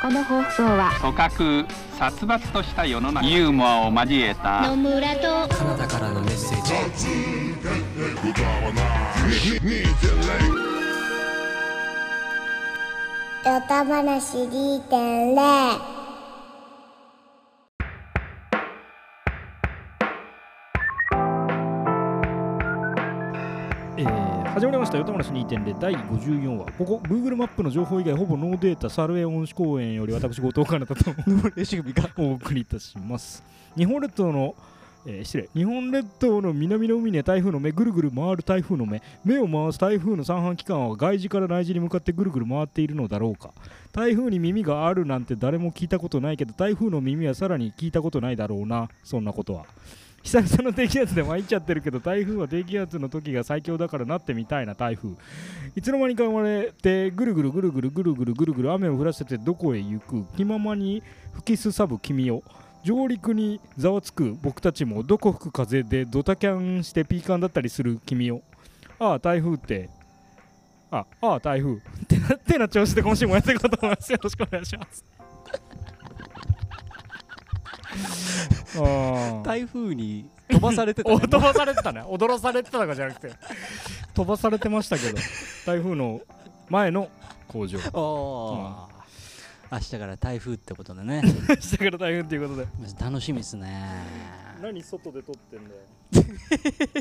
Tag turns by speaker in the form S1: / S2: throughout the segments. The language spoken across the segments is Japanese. S1: この放送は
S2: 組閣殺伐とした世の中ユーモアを交えた
S3: 野村と
S4: カナダからのメッセージ
S5: ヨタ話2.0
S6: えー始まりました「よたまらし2.0」第54話ここ Google マップの情報以外ほぼノーデータサルエ恩師公園より私後藤かなたと お送りいたします日本列島の、えー失礼日本列島の南の海には台風の目ぐるぐる回る台風の目目を回す台風の三半規管は外事から内事に向かってぐるぐる回っているのだろうか台風に耳があるなんて誰も聞いたことないけど台風の耳はさらに聞いたことないだろうなそんなことは久々の低気圧で参っちゃってるけど台風は低気圧の時が最強だからなってみたいな台風いつの間にか生まれてぐるぐるぐるぐるぐるぐるぐるぐる雨を降らせてどこへ行く気ままに吹きすさぶ君よ上陸にざわつく僕たちもどこ吹く風でドタキャンしてピーカンだったりする君よああ台風ってあああ台風ってなってな調子で今週もやっていこうと思いますよろしくお願いしますあー
S4: 台風に飛ばされて た、
S6: お
S4: ね、
S6: 飛ばされてたね踊らされてたとかじゃなくて飛ばされてましたけど台風の前の工場
S4: おおー、明日から台風ってことでね
S6: 下から台風っていうことで
S4: 楽しみですね
S6: 何外で撮ってんだよ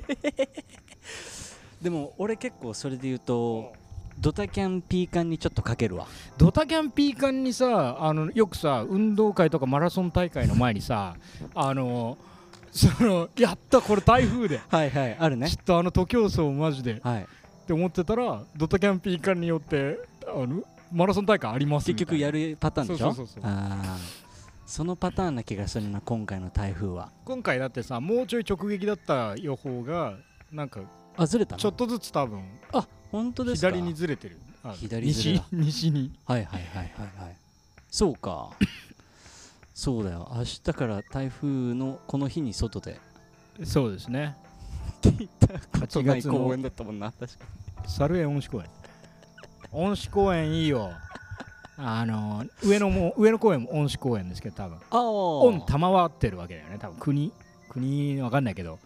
S4: でも俺結構それで言うとドタキャンピーカンにちょっとかけるわ
S6: ドタキャンピーカンにさあのよくさ運動会とかマラソン大会の前にさあのそのやったこれ台風で、
S4: はいはいあるね
S6: ちょっとあの徒競走マジでっ
S4: はい
S6: て思ってたらドタキャンピーカンによってあのマラソン大会ありますみ
S4: 結
S6: たいな
S4: 局やるパターンでしょ
S6: そうそうそうそう
S4: あーそのパターンな気がするな今回の台風は
S6: 今回だってさもうちょい直撃だった予報がなんか
S4: あずれたの
S6: ちょっとずつ多分
S4: あ本当ですか
S6: 左にずれてるあ
S4: 左ずれだ
S6: 西西に
S4: はいはいはいはいはいそうかそうだよ明日から台風のこの日に外で
S6: そうですね
S4: 8
S6: 月の
S4: だったもんな確か
S6: 猿園恩師公園恩師公園いいよあの上野も上野公園も恩師公園ですけど多分
S4: ああ
S6: 恩賜ってるわけだよね多分国国わかんないけど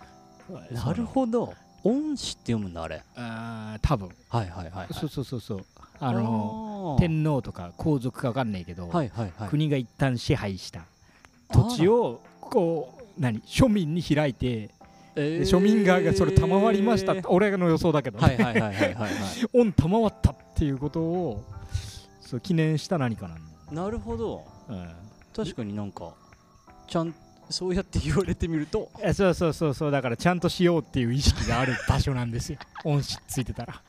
S4: なるほど恩師って読むんだあれ
S6: どあー多分
S4: はいはいはい
S6: そうそうそうそう
S4: あ
S6: あの
S4: の
S6: 天皇とか皇族かわかんないけど、
S4: はいはいはい
S6: 国が一旦支配した土地
S4: を
S6: をこう何庶民に開いてで庶民側がそれ賜りましたって俺の予想だけどね
S4: はいはいはいはいはい、はい、
S6: 御賜ったっていうことをそう記念した何かなんだ、
S4: なるほど
S6: うん
S4: 確かになんかちゃんそうやって言われてみ ると
S6: え、そうそうそうそうだからちゃんとしようっていう意識がある場所なんですよ 恩師ついてたら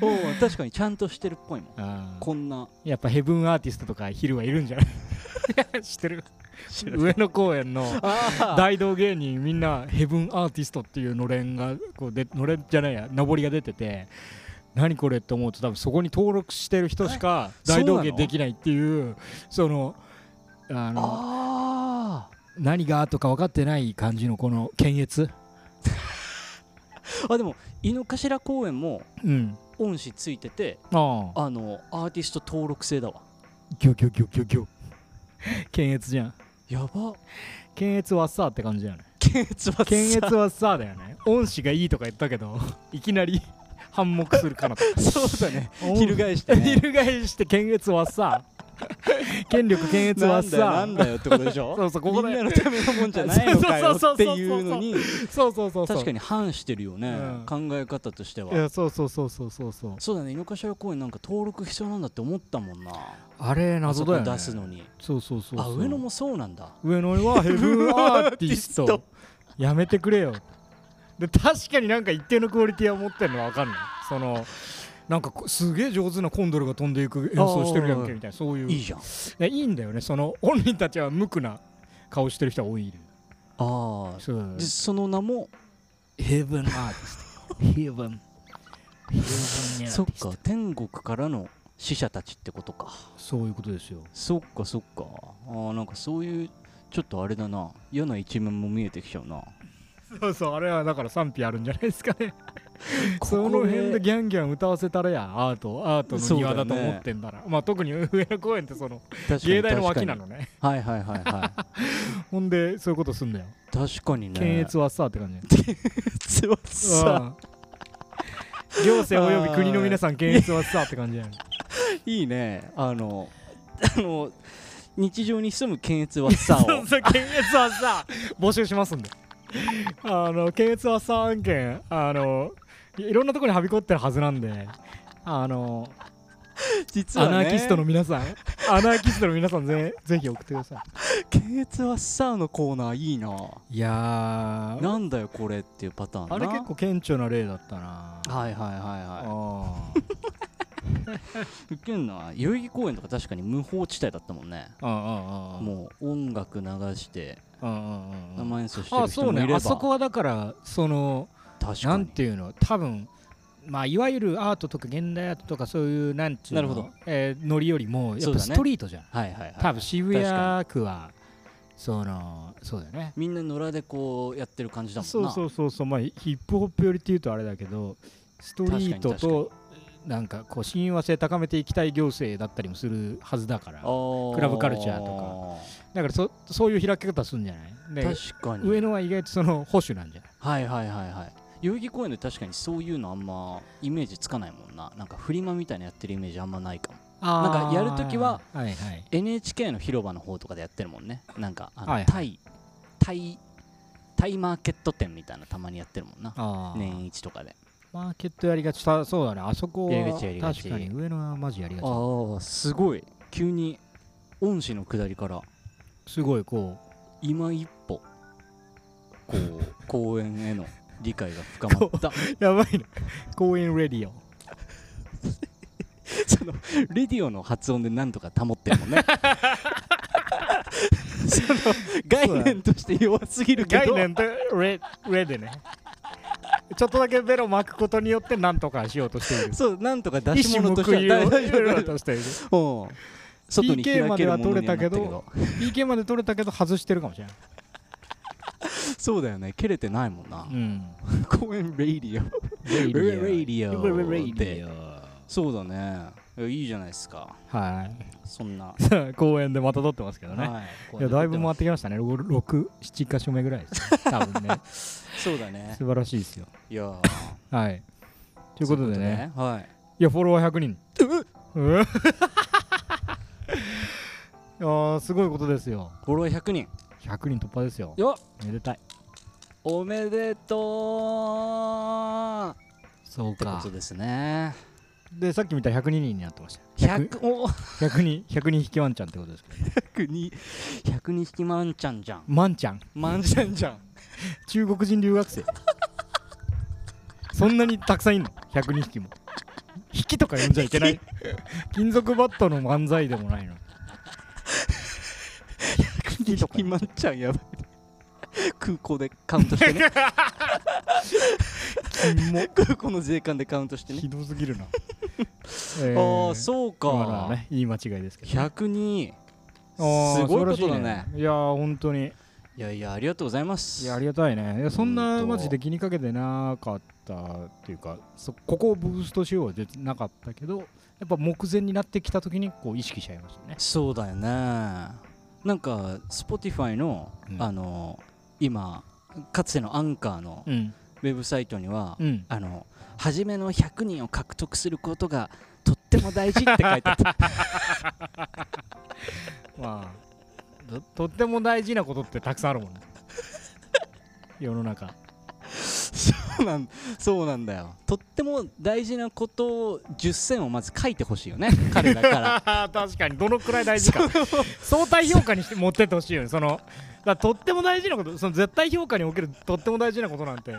S4: おー確かにちゃんとしてるっぽいもんこんな
S6: やっぱヘブンアーティストとか昼はいるんじゃない 知ってる上野公園の
S4: あ
S6: 大道芸人みんなヘブンアーティストっていうのれんがこうでのれんじゃないや上りが出てて何これって思うと多分そこに登録してる人しか大道芸できないっていうそのあの
S4: あ
S6: 何がとか分かってない感じのこの検閲
S4: ーあでも井の頭公園も
S6: うん
S4: 恩師ついてて
S6: ああ
S4: あのアーティスト登録制だわ
S6: ギョギョギョギョギョ検閲じゃん
S4: や ば
S6: 検閲はさって感じだよね
S4: 検閲は さ
S6: 検閲はさだよね恩師がいいとか言ったけ どいきなり 反目するかなと
S4: そうだね
S6: 恩
S4: 翻し て、ね、
S6: 翻して検閲は さ権力検閲は
S4: な
S6: さ
S4: んだよなんだよってことでし ょ
S6: そうそうここだ
S4: みん
S6: よ
S4: なのためのもんじゃないのかよっていうのに
S6: そうそうそうそう
S4: 確かに反してるよね、考え方として
S6: い
S4: は
S6: やそうそうそうそうそうそう
S4: そうだね井の頭公園なんか登録必要なんだって思ったもんな
S6: あれ謎だよ、
S4: あ
S6: ね、
S4: そこ出すのに
S6: そうそうそうそう
S4: あ上野もそうなんだ
S6: 上野はヘ ブンアーティストやめてくれよで確かになんか一定のクオリティを持ってるのは分かんないそのなんかこすげえ上手なコンドルが飛んでいく演奏してるやんけみたいなそういう
S4: いいじゃん
S6: いやいいんだよねその本人たちは無垢な顔してる人が多い
S4: あ
S6: そう
S4: あでその名も
S6: ヘブンアーティストヘブンヘブンアーティ
S4: そっか天国からの死者たちってことか
S6: そういうことですよ
S4: そっかそっかあーなんかそういうちょっとあれだな嫌な一面も見えてきちゃうな
S6: そうそうあれはだから賛否あるんじゃないですかねその辺で
S4: で
S6: ギャンギャン歌わせたらやアートアートの庭だと
S4: そうだよね
S6: 思ってんだらまあ特に上野公園ってその芸大の脇なのね
S4: はいはいはいは
S6: ほんでそういうことすんだよ
S4: い確かにね
S6: 検閲はさって感
S4: 検閲は
S6: じ
S4: さ
S6: うん行政および国の皆さん検閲はさって感じやん
S4: いいねあのあの日常に潜む検閲はさ
S6: そう
S4: を
S6: そう検閲はさ募集しますんであの検閲はさ案件あのいいろんなところにはびこってるはずなんであの
S4: 実
S6: ア
S4: はね
S6: ナーキストの皆さんアナーキストの皆さんぜぜひ送ってくださ
S4: 検閲はさのコーナーいいない
S6: いや
S4: なんだよこれっていうパターンな
S6: あれ結構顕著な例だったな
S4: はいはいはいは
S6: あ
S4: い受けんな代々木公園とか確かに無法地帯だったもんね
S6: あああああ
S4: もう音楽流して
S6: ああ
S4: 生演奏して
S6: あ
S4: る
S6: あそ
S4: 人
S6: う
S4: もいれ
S6: ね
S4: ば
S6: あそこはだからその
S4: 確かに
S6: なんていうの多分まあいわゆるアートとか現代アートとかそういうなんていうの
S4: なるほど
S6: えーノリよりもや
S4: そ
S6: っ
S4: うだ
S6: ぱ
S4: ね
S6: ストリートじゃん、
S4: はいはいはい
S6: 多分渋
S4: 確か
S6: 谷区はそのそうだよね
S4: みんな野良でこうやってる感じだもんな
S6: そうそうそうそうまあヒップホップよりっていうとあれだけどストリート
S4: 確かに
S6: となんかこう親和性高めていきたい行政だったりもするはずだから
S4: あ
S6: クラブカルチャーとだからそそういう開き方するんじゃないで
S4: 確かに
S6: 上野は意外とその保守なんじゃない
S4: はいはいはいはい代々木公園で確かにそういうのあんまイメージつかないもんななんかフリマみたいなやってるイメージあんまないかもなんかやるときは
S6: はいはい
S4: NHK の広場の方とかでやってるもんねなんかあの、
S6: はいはい
S4: タイタイタイマーケット店みたいなのたまにやってるもんな
S6: あー
S4: 年一とかで
S6: マーケットやりがちさそうだねあそこは
S4: やりがちやりがち
S6: 確かに上野はマジやりがちだ
S4: ああすごい急に恩師の下りから
S6: すごいこ
S4: 今一歩こう公園への理解が深まっ た
S6: うやばいね公園レディオ
S4: そのレディオの発音でなんとか保ってるも んねその概念として弱すぎるけ
S6: 概
S4: ど
S6: 念とレレでねちょっとだけベロ巻くことによって何とかしようとしている
S4: そうなんとか出
S6: 一
S4: し
S6: 種
S4: 物として
S6: 報い
S4: は
S6: を
S4: 大
S6: 得
S4: 丈
S6: よう
S4: 夫
S6: としている
S4: うん外に開けるものにはなった
S6: PK までは取
S4: け
S6: れたけ
S4: ど
S6: ど PK まで取れたけど外してるかもしれない、
S4: そうだよね蹴れてないもんな
S6: うん、
S4: 公園レディオ
S6: レ
S4: ディオ
S6: レディ
S4: そうだねいやいいじゃないですか
S6: オは
S4: そん な、
S6: い公園でまた撮ってますけどね、
S4: はい
S6: いやだいぶ回
S4: ま
S6: ってきましたね、6、7箇所目ぐらいですね、多分ね、
S4: そうだね
S6: 素晴らしいですよ。
S4: いやー
S6: はい。ということでね、い
S4: そういうことねはい
S6: や、フォロワー100人。うっ いやーすごいことですよ。
S4: フォロワー100人
S6: 100人突破ですよ。
S4: よっ
S6: めでたい。
S4: おめでとう
S6: そう
S4: ってことですね
S6: で、さっき見たら102人になってましたよ。
S4: 100お
S6: 100人、100人引きワンちゃんってことですけど。
S4: 100に100人匹マンちゃんじゃん
S6: マンちゃん、
S4: マンちゃんじゃん
S6: 中国人留学生。 そんなにたくさんいんの ?102 匹も。引きとか呼んじゃいけ ない。金属バットの漫才でもないの。
S4: 100人匹マンちゃんやばい空港でカウントして ね空港の税関でカウントしてね
S6: ひどすぎる な。
S4: あ
S6: あ
S4: あそう
S6: 今のは
S4: か、
S6: ね、いい間違いですけど、
S4: 100人
S6: あー
S4: すごいことだね
S6: 素晴らしいいやー本当に
S4: いやいやありがとうございます
S6: いやありがたいねいやそん
S4: 本
S6: な
S4: 当
S6: マジで気にかけてなかったっていうかそここをブーストしようは絶対なかったけどやっぱ目前になってきた時にこう意識しちゃいましたね
S4: そうだよねなんか Spotify の、
S6: うん
S4: あの今かつてのアンカーの
S6: うん
S4: ウェブサイトには、
S6: うん
S4: あの初めの100人を獲得することがとっても大事って書いてあった
S6: まあととっても大事なことってたくさんあるも んね世の中
S4: そうなんそうなんだよとっても大事なことを10選をまず書いてほしい よね彼らから
S6: 確かにどのくらい大事か相対評価にして持ってってほしいよねそのだからとっても大事なことその絶対評価におけるとっても大事なことなんて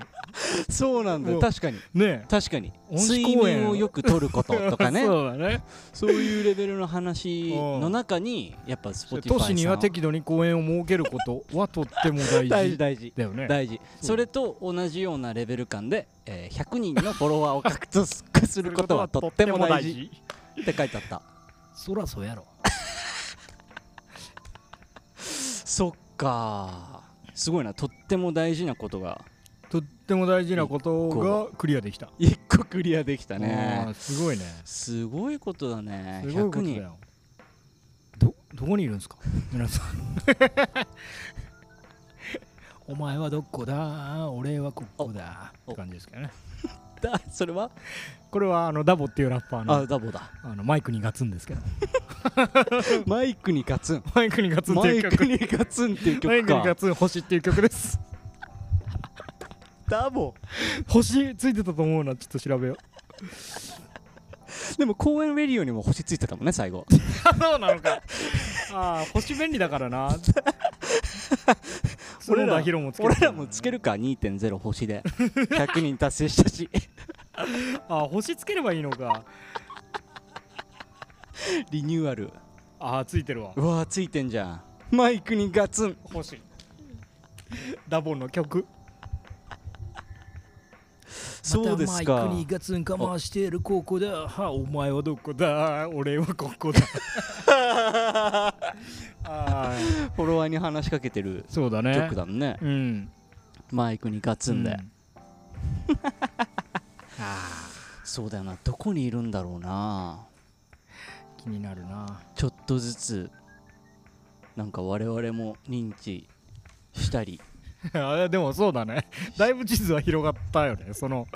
S4: そうなんだよ
S6: うん
S4: 確かに
S6: ね
S4: 確かに
S6: 恩師
S4: 睡
S6: 公演
S4: 眠をよくとることとかね
S6: そうだね
S4: そういうレベルの話の中にやっぱ Spotify さん
S6: 都
S4: は
S6: 市には適度に公園を設けること はとっても大事
S4: 大事大事
S6: だよね
S4: 大事
S6: そう
S4: それと同じようなレベル感で、えー100人のフォロワーを獲得することはとって も大事って書いてあった
S6: そらそうやろ
S4: そっかーすごいなとっても大事なことが
S6: とっても大事なことがクリアできた
S4: 一個クリアできたね
S6: あーすごいね
S4: すごいことだね
S6: すごいことだ
S4: 100人
S6: よどどこにいるんですか 皆さんお前はどこだ俺はここだ
S4: お
S6: って感じですけどね
S4: だそれは
S6: これはあのダボっていうラッパーの
S4: あ
S6: あ
S4: ダボだ
S6: のマイクにガツンですけど
S4: マイクにガツン
S6: マイクにガツンっ
S4: マ
S6: て
S4: イ
S6: いう曲
S4: クにガツンっていう
S6: マイ
S4: 曲
S6: クにガ
S4: か
S6: ツン星っていう曲です
S4: ダボ
S6: 星ついてたと思うなちょっと調 べよう
S4: でも公園レディオにも星ついてたもんね最後
S6: そうなのか ああ星便利だから な
S4: 俺
S6: 俺
S4: ら
S6: らヒロもつけ
S4: 俺らもつけるか2.0星で100人達成した し
S6: ああ星つければいいのか
S4: リニューアル
S6: ああついてるわ
S4: うわーついてんじゃんマイクにガツン
S6: 星ダボの曲
S4: そうです
S6: また
S4: か
S6: マイクにガツンかましてるここだはお前はどこだ俺はこ こだあー
S4: フォロワーに話しかけてる
S6: そうだね
S4: 曲だもんね
S6: うん
S4: マイクにガツンで、
S6: うんあ
S4: そうだよなどこにいるんだろうな
S6: ー気になるな
S4: ちょっとずつなんか我々も認知し たり
S6: あでもそうだねだいぶ地図は広がったよねその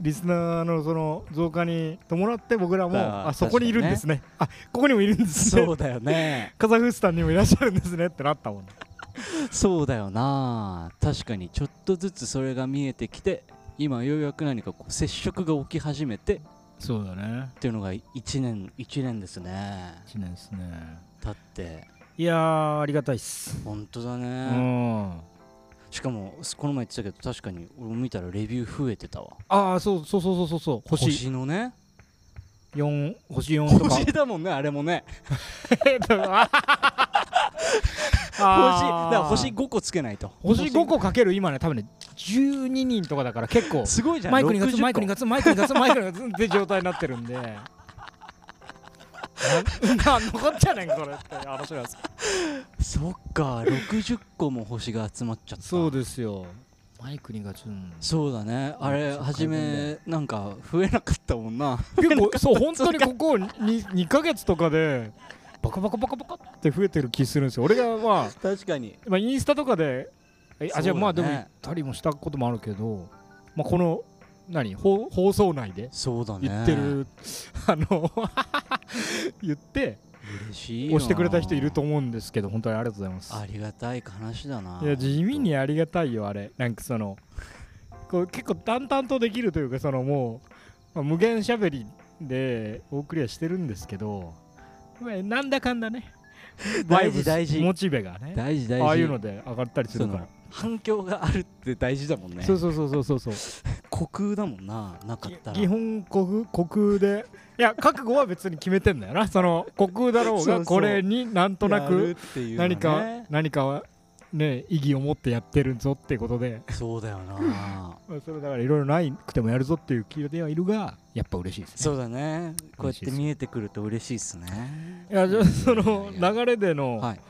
S6: リスナーのその増加に伴って僕らも
S4: まあ
S6: あそこにいるんですねあここにもいるんですね
S4: そうだよね
S6: カザフスタンにもいらっしゃるんですねってなったもんね
S4: そうだよな確かにちょっとずつそれが見えてきて今ようやく何かこう接触が起き始めてっ
S6: そうだね
S4: ていうのが1年1年ですね
S6: 1年ですね
S4: 経って
S6: いやーありがたいっす
S4: 本当だ
S6: う
S4: ね、
S6: んあ
S4: しかもこの前言ってたけど確かに俺見たらレビュー増えてたわ
S6: あそうそうそうそうそうそう星
S4: のね
S6: 4星4とか
S4: 星だもんねあれもね星だから星
S6: 星
S4: 5個つけないと
S6: 星5個かける今ね多分ね12人とかだから結構
S4: すごいじゃん
S6: マイクにガツンマイクに
S4: が
S6: ガツンマイクにガツンマイクにガツンって状態になってるんで ななん残っちゃうねんこれって話なんです
S4: そっか60個も星が集まっちゃった
S6: そうですよマイクにガツン
S4: そうだねあれ
S6: そう
S4: 初めなんか増えなかったもんな
S6: 結構そう本当にここ 2, 二ヶ月とかでバカバカバカバカって増えてる気するんですよ俺がまあ、
S4: 確かに
S6: まあ、インスタとかでえ
S4: そうだね
S6: あじゃあまあでも行ったりもしたこともあるけど、まあ、この何放放送内で
S4: そうだね
S6: 言ってる、あの 言って
S4: 嬉しいよ
S6: 押してくれた人いると思うんですけど本当にありがとうございます
S4: ありがたい話だない
S6: や地味にありがたいよあれなんかそのこう結構淡々とできるというかそのもう、まあ無限しゃべりでお送りはしてるんですけどまあなんだかんだね
S4: 大事大事
S6: モチベがね
S4: 大事大事
S6: ああいうので上がったりす
S4: そ
S6: るか
S4: の
S6: ら
S4: 反響があるって大事だもんね
S6: そうそうそうそうそうそう
S4: 虚空だもんななかったら
S6: 基本国国でいや覚悟は別に決めてんだよなその国だろう
S4: そうそう
S6: がこれになんとな
S4: やる
S6: く
S4: っていうのね
S6: 何か何かはね意義を持ってやってるぞってことで
S4: そうだよな
S6: まあそれだからいろいろないくてもやるぞっていう気ではいるがやっぱ嬉しいですね
S4: そうだねこう
S6: 嬉
S4: やっ
S6: しい
S4: て
S6: です
S4: 見えてくると嬉しいっすね
S6: いやじゃあそ
S4: い
S6: の
S4: やいや
S6: 流れでの、
S4: はい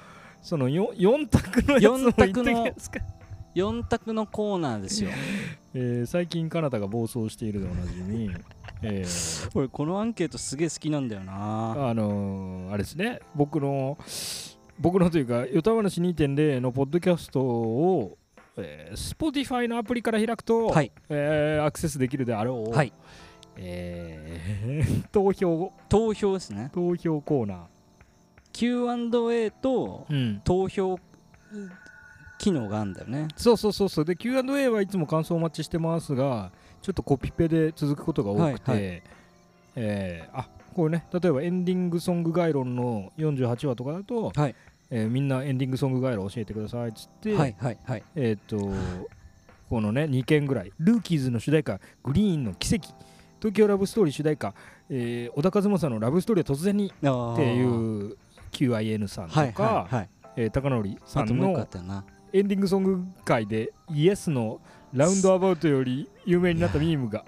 S6: その 4, 四択のやつも
S4: 四
S6: 言って
S4: 択の
S6: きていいですか、
S4: 4択のコーナーですよ
S6: えー最近カナダが暴走しているでおなじ み、えー
S4: 俺このアンケートすげえ好きなんだよな
S6: あのーあれですね僕の僕のというか「よた話2.0」のポッドキャストを、えー、Spotify のアプリから開くと、
S4: はい
S6: えーアクセスできるであろう、
S4: はい
S6: えー 投票
S4: 投票ですね
S6: 投票コーナ
S4: Q&A と
S6: ー、うん、
S4: 投票機能があるんだよね
S6: そうそうそうそうで Q&A はいつも感想お待ちしてますがちょっとコピペで続くことが多くて、
S4: はい
S6: えーあこれね例えばエンディングソング概論の48話とかだと、
S4: はい
S6: えーみんなエンディングソング概論教えてくださいっつって、
S4: はいはいはい
S6: えっ、とこのね2件ぐらい「ルーキーズ」の主題歌「グリーンの奇跡」「東京ラブストーリー」主題歌、えー小田和正の「ラブストーリーは突然に」
S4: あー
S6: っていう QIN さんとか、
S4: はいはいはい
S6: えー高典さ
S4: あと
S6: ん
S4: もう一個あ
S6: の
S4: ったよな
S6: エンディングソング界でイエスのラウンドアバウトより有名になったミームが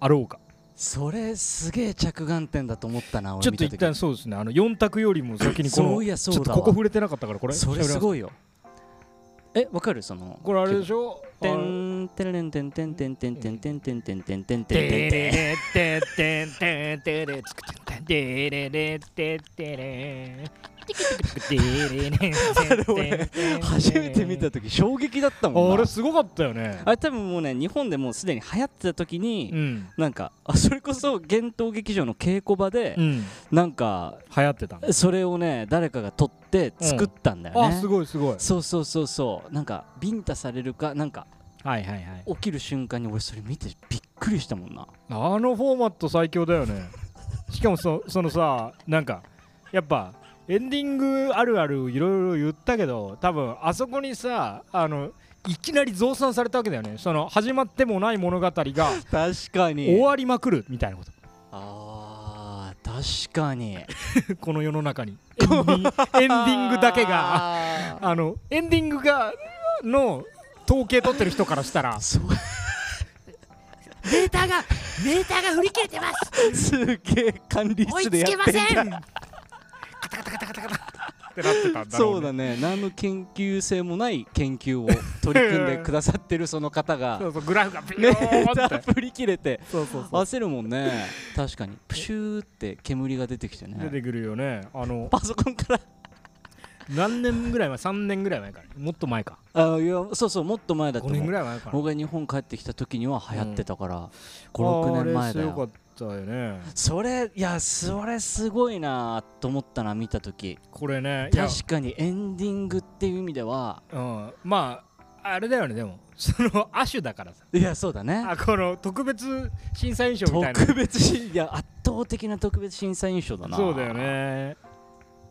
S6: あろうか
S4: それすげえ着眼点だと思ったな
S6: ちょ
S4: 俺
S6: っと
S4: 見た
S6: 一
S4: 時
S6: 旦そうですねあの4択よりも先にこ
S4: そうい
S6: の
S4: や
S6: ちょ
S4: そ
S6: っ
S4: う
S6: と
S4: だ
S6: ここ
S4: わ
S6: 触れてなかったからこれ
S4: それす
S6: い
S4: ごいよえわかるその
S6: これあれで
S4: ょ
S6: しょ
S4: て
S6: あ
S4: んてれんてんてんてんてんてんてんてんてんてんてんてん
S6: れ
S4: てんて
S6: れれてんてん
S4: ん
S6: てんてんつくてんてんてれれてんてれてれれてんてんてん
S4: 初めて見た時衝撃だったも
S6: あ
S4: んな
S6: れすごかったよね
S4: あれ多分もうね日本でもうすでに流行ってた時に、
S6: うん
S4: なんかあそれこそ幻冬劇場の稽古場で、
S6: うん
S4: なんか
S6: 流行ってたんだ
S4: それをね誰かが撮って作ったんだよね、
S6: あすごいすごい
S4: そうそうそうそうなんかビンタされるかなんか
S6: はいはいはい
S4: 起きる瞬間に俺それ見てびっくりしたもんな
S6: あのフォーマット最強だよ ねしかもそそのさなんかやっぱエンディングあるあるいろいろ言ったけど多分あそこにさあのいきなり増産されたわけだよねその始まってもない物語が
S4: 確かに
S6: 終わりまくるみたいなこと
S4: あー確かにエン
S6: この世の中にエンディン エンディング だけが
S4: が
S6: あのエンディングがの統計取ってる人からしたら
S4: そう
S6: データがデータが振り切れてます
S4: すげえ管理室でやってんだ
S6: ん カタカタカタカタカタってなってたんだろ
S4: そうだね何の研究性もない研究を取り組んでくださってるその方
S6: そ
S4: が
S6: うそうグラフがビ
S4: メ
S6: ヨー
S4: ー
S6: ン
S4: タ
S6: って
S4: 振り切れて
S6: そうそうそう
S4: 焦るもんね確かにプシューって煙が出てきて
S6: 出
S4: ね
S6: てくるよねあの
S4: パソコンから
S6: 何年ぐらい前3年ぐらい前からもっと前か
S4: あいやそうそうもっと前だと
S6: 5
S4: 思
S6: 年
S4: う
S6: ぐらい前かな
S4: 僕が日本帰ってきた時には流行ってたから56年前だ
S6: あれ強か
S4: よ
S6: ったよね
S4: それいやそれすごいなと思ったな見た時
S6: これねいや
S4: 確かにエンディングっていう意味では
S6: うんまああれだよねでも その亜種だからさ
S4: いやそうだね
S6: あこの特別審査員賞みたいな
S4: 特別審いや圧倒的な特別審査員賞だな
S6: そうだよね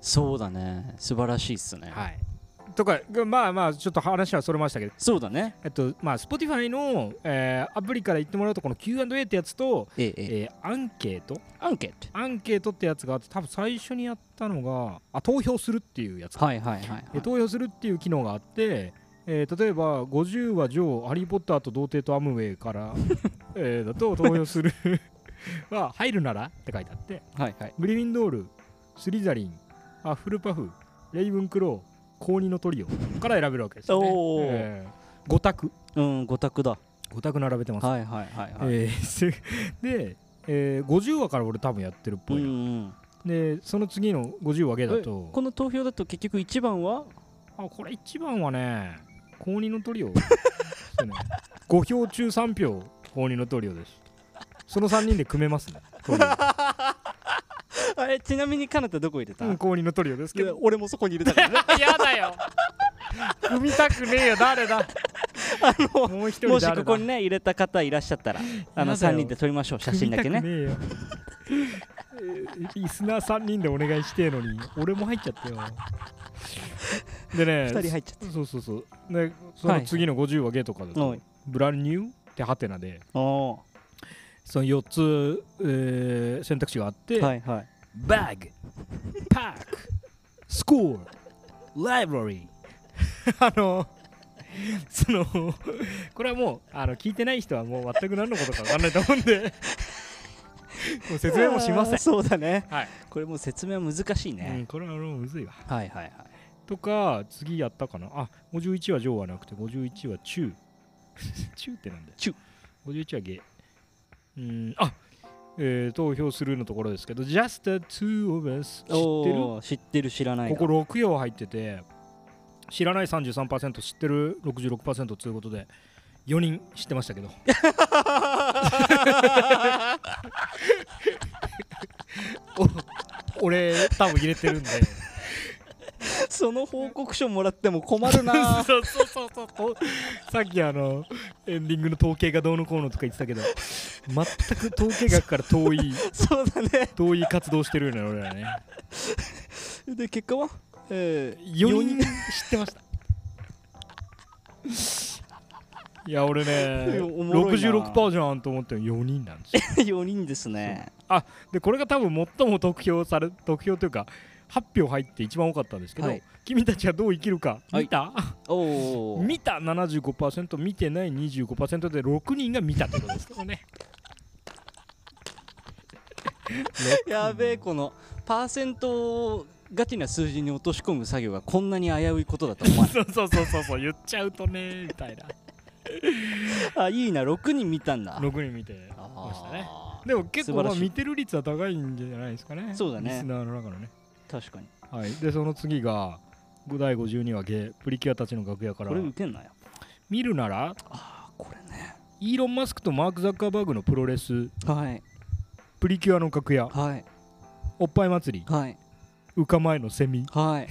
S4: そうだね素晴らしいっすね、
S6: はいとかまあまあちょっと話はそれましたけど
S4: そうだね
S6: えっとまあ Spotify の、えーアプリから言ってもらうとこの Q&A ってやつと、
S4: ええええ
S6: えーアンケート
S4: アンケー
S6: アンケートってやつがあって多分最初にやったのがあ投票するっていうやつ
S4: ト
S6: か、
S4: はいはいはい、はい
S6: え投票するっていう機能があって、えー例えば50はジョーハリー・ポッターと童貞とアムウェイから えーだと投票する は入るならって書いてあって
S4: はいはい
S6: グリフィンドールスリザリンアッフルパフレイブンクロー高2のトリオから選べるわけですよね、
S4: おー
S6: えー、5択
S4: うん五択だは
S6: 5択並べてます
S4: いはいはいはい、
S6: えーすで、えー50話から俺多分やってるっぽ
S4: うん
S6: いな、
S4: うん
S6: でその次の50話ゲだ
S4: え
S6: と
S4: この投票だと結局一番は
S6: あこれ一番はね高2のトリオそうね5票中3票高2のトリオですその3人で組めますねトリ
S4: あれちなみにカナタどこ入れた、
S6: オうん高2のトリオですけど
S4: 俺もそこに入れたからね
S6: やだよ組みたくねえよ誰だもう一人誰
S4: もし
S6: だ
S4: ここにね入れた方いらっしゃったらあの
S6: やだよ
S4: 3人で撮りましょう写真だけね
S6: 組みたくねえよえリスナー3人でお願いしてえのに俺も入っちゃったよでね
S4: 2人入っちゃっ
S6: そうそうそうでその次の50話ゲとかだ
S4: た
S6: と、
S4: おい
S6: ブランニューってハテナで
S4: お
S6: その4つ、えー選択肢があって、
S4: ーはいはい
S6: バッグパークスコールライブラリー あのそのこれはもうあの聞いてない人はもう全く何のことか分かんないと思うん でもう説明もしませ
S4: あー
S6: ん、
S4: そうだね、
S6: はい
S4: これもう説明は難しい
S6: うん、
S4: ね、
S6: これはもうむずいわ
S4: はいはいはい
S6: とか次やったかなあ51は上はなくて51は中 中ってなんだよ
S4: 中
S6: 51は下うーんあえー、投票するのところですけど Just the two of us 知ってる
S4: おー知ってる知らない
S6: こ
S4: が
S6: こ6票入ってて知らない33%知ってる66%ということで4人知ってましたけ どお俺多分入れてるんで
S4: その報告書もらっても困る な
S6: そうそうそうそうそうさっきあのエンディングの統計がどうのこうのとか言ってたけど全く統計学から遠 い
S4: そうだね
S6: 遠い活動してるよね俺らね
S4: で結果はえー、
S6: 4人知ってましたいや俺ね
S4: いやおもろいな
S6: 66%じゃんと思って4人なん ですよ
S4: 4人ですね
S6: でこれが多分最も得票され得票というか8票入って一番多かったんですけど、
S4: はい
S6: 君たちはどう生きるか見た、
S4: おお
S6: 見た75%見てない25%で6人が見たってことですけどね
S4: やべえこのパーセントガチな数字に落とし込む作業がこんなに危ういことだと思わな
S6: そうそうそうそうそう言っちゃうとねみたいない
S4: あいいな6人見たんだ
S6: 6人見てましたね
S4: あ
S6: でも結
S4: 素
S6: 構
S4: 晴
S6: ま
S4: ら
S6: あ
S4: しい
S6: 見てる率は高いんじゃないですかね
S4: そうだね
S6: リスナーの中のね
S4: ー確かに
S6: はいでその次が第52話ゲプリキュアたちの楽屋から
S4: これ受けんなよ
S6: 見るなら
S4: あこれね
S6: イーロン・マスクとマーク・ザッカーバーグのプロレス
S4: はい
S6: プリキュアの楽屋
S4: はい
S6: おっぱい祭り
S4: はい
S6: 浮か前のセミ
S4: はい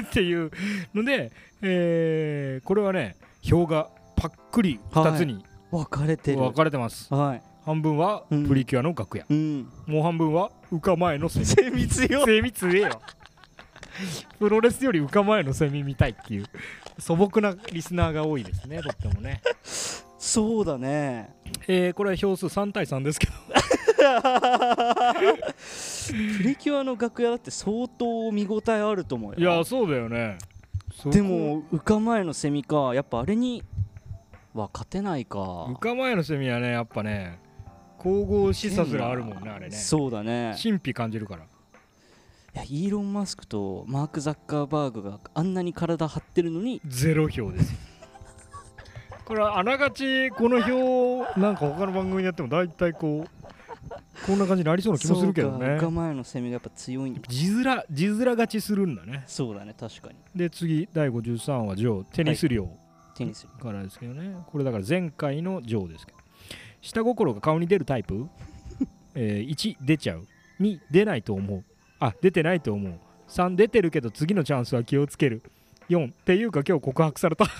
S6: っていうので、えーこれはね表がパックリ2つに
S4: 分かれてる
S6: 分かれてます、
S4: は
S6: 半分は
S4: うん
S6: プリキュアの楽屋、
S4: いうん
S6: もう半分は浮か前のセミ
S4: 精密よ
S6: セミ強えよプロレスより浮か前のセミ見たいっていう素朴なリスナーが多いですねとってもね、
S4: そうだね
S6: えーこれは票数3対3ですけど
S4: プリキュアの楽屋だって相当見応えあると思うよ
S6: いやそうだよねそこ
S4: でも浮か前のセミかやっぱあれには勝てないか
S6: 浮か前のセミはねやっぱね神々しさすらあるもんねあれね
S4: そうだね
S6: 神秘感じるから
S4: いやイーロン・マスクとマーク・ザッカーバーグがあんなに体張ってるのに
S6: ゼロ票ですよこれはあながちこの票なんか他の番組でやっても大体こうこんな感じになりそうな気もするけど
S4: そう
S6: ね
S4: か浮か前のセミがやっぱ強いんだ
S6: 字面字面勝ちするんだね
S4: そうだね確かに
S6: で次第53話「ジョー」テニス量
S4: テニス
S6: からですけどね、これだから前回の「ジョー」ですけど下心が顔に出るタイプ、えー1出ちゃう2出ないと思うあ出てないと思う3出てるけど次のチャンスは気をつける4っていうか今日告白された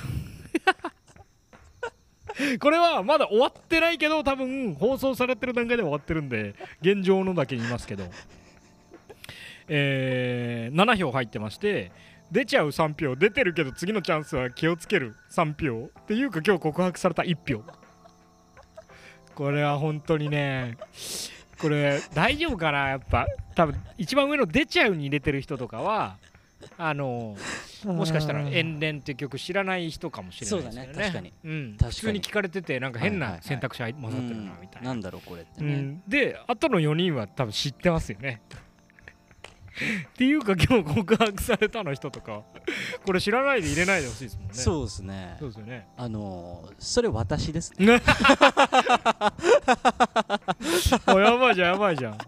S6: これはまだ終わってないけど多分放送されてる段階では終わってるんで現状のだけ言いますけど、えー7票入ってまして出ちゃう3票出てるけど次のチャンスは気をつける3票っていうか今日告白された1票これは本当にねこれ大丈夫かなやっぱ多分一番上の「出ちゃう」に入れてる人とかはあのもしかしたら「遠恋」っていう曲知らない人かもしれないですけどね
S4: そうだね確かに
S6: うん、
S4: 確かに
S6: 普通に聞かれててなんか変
S4: はいはい
S6: な
S4: はい
S6: 選択肢入混ざってるな
S4: うん
S6: みたいな
S4: なんだろうこれって
S6: う
S4: ね
S6: ん、で後の4人は多分知ってますよね っていうか今日告白されたの人とかこれ知らないで入れないでほしいですもんね
S4: そうですね
S6: そうですよね
S4: あのーそれ私ですね
S6: あやばいじゃんやばいじゃん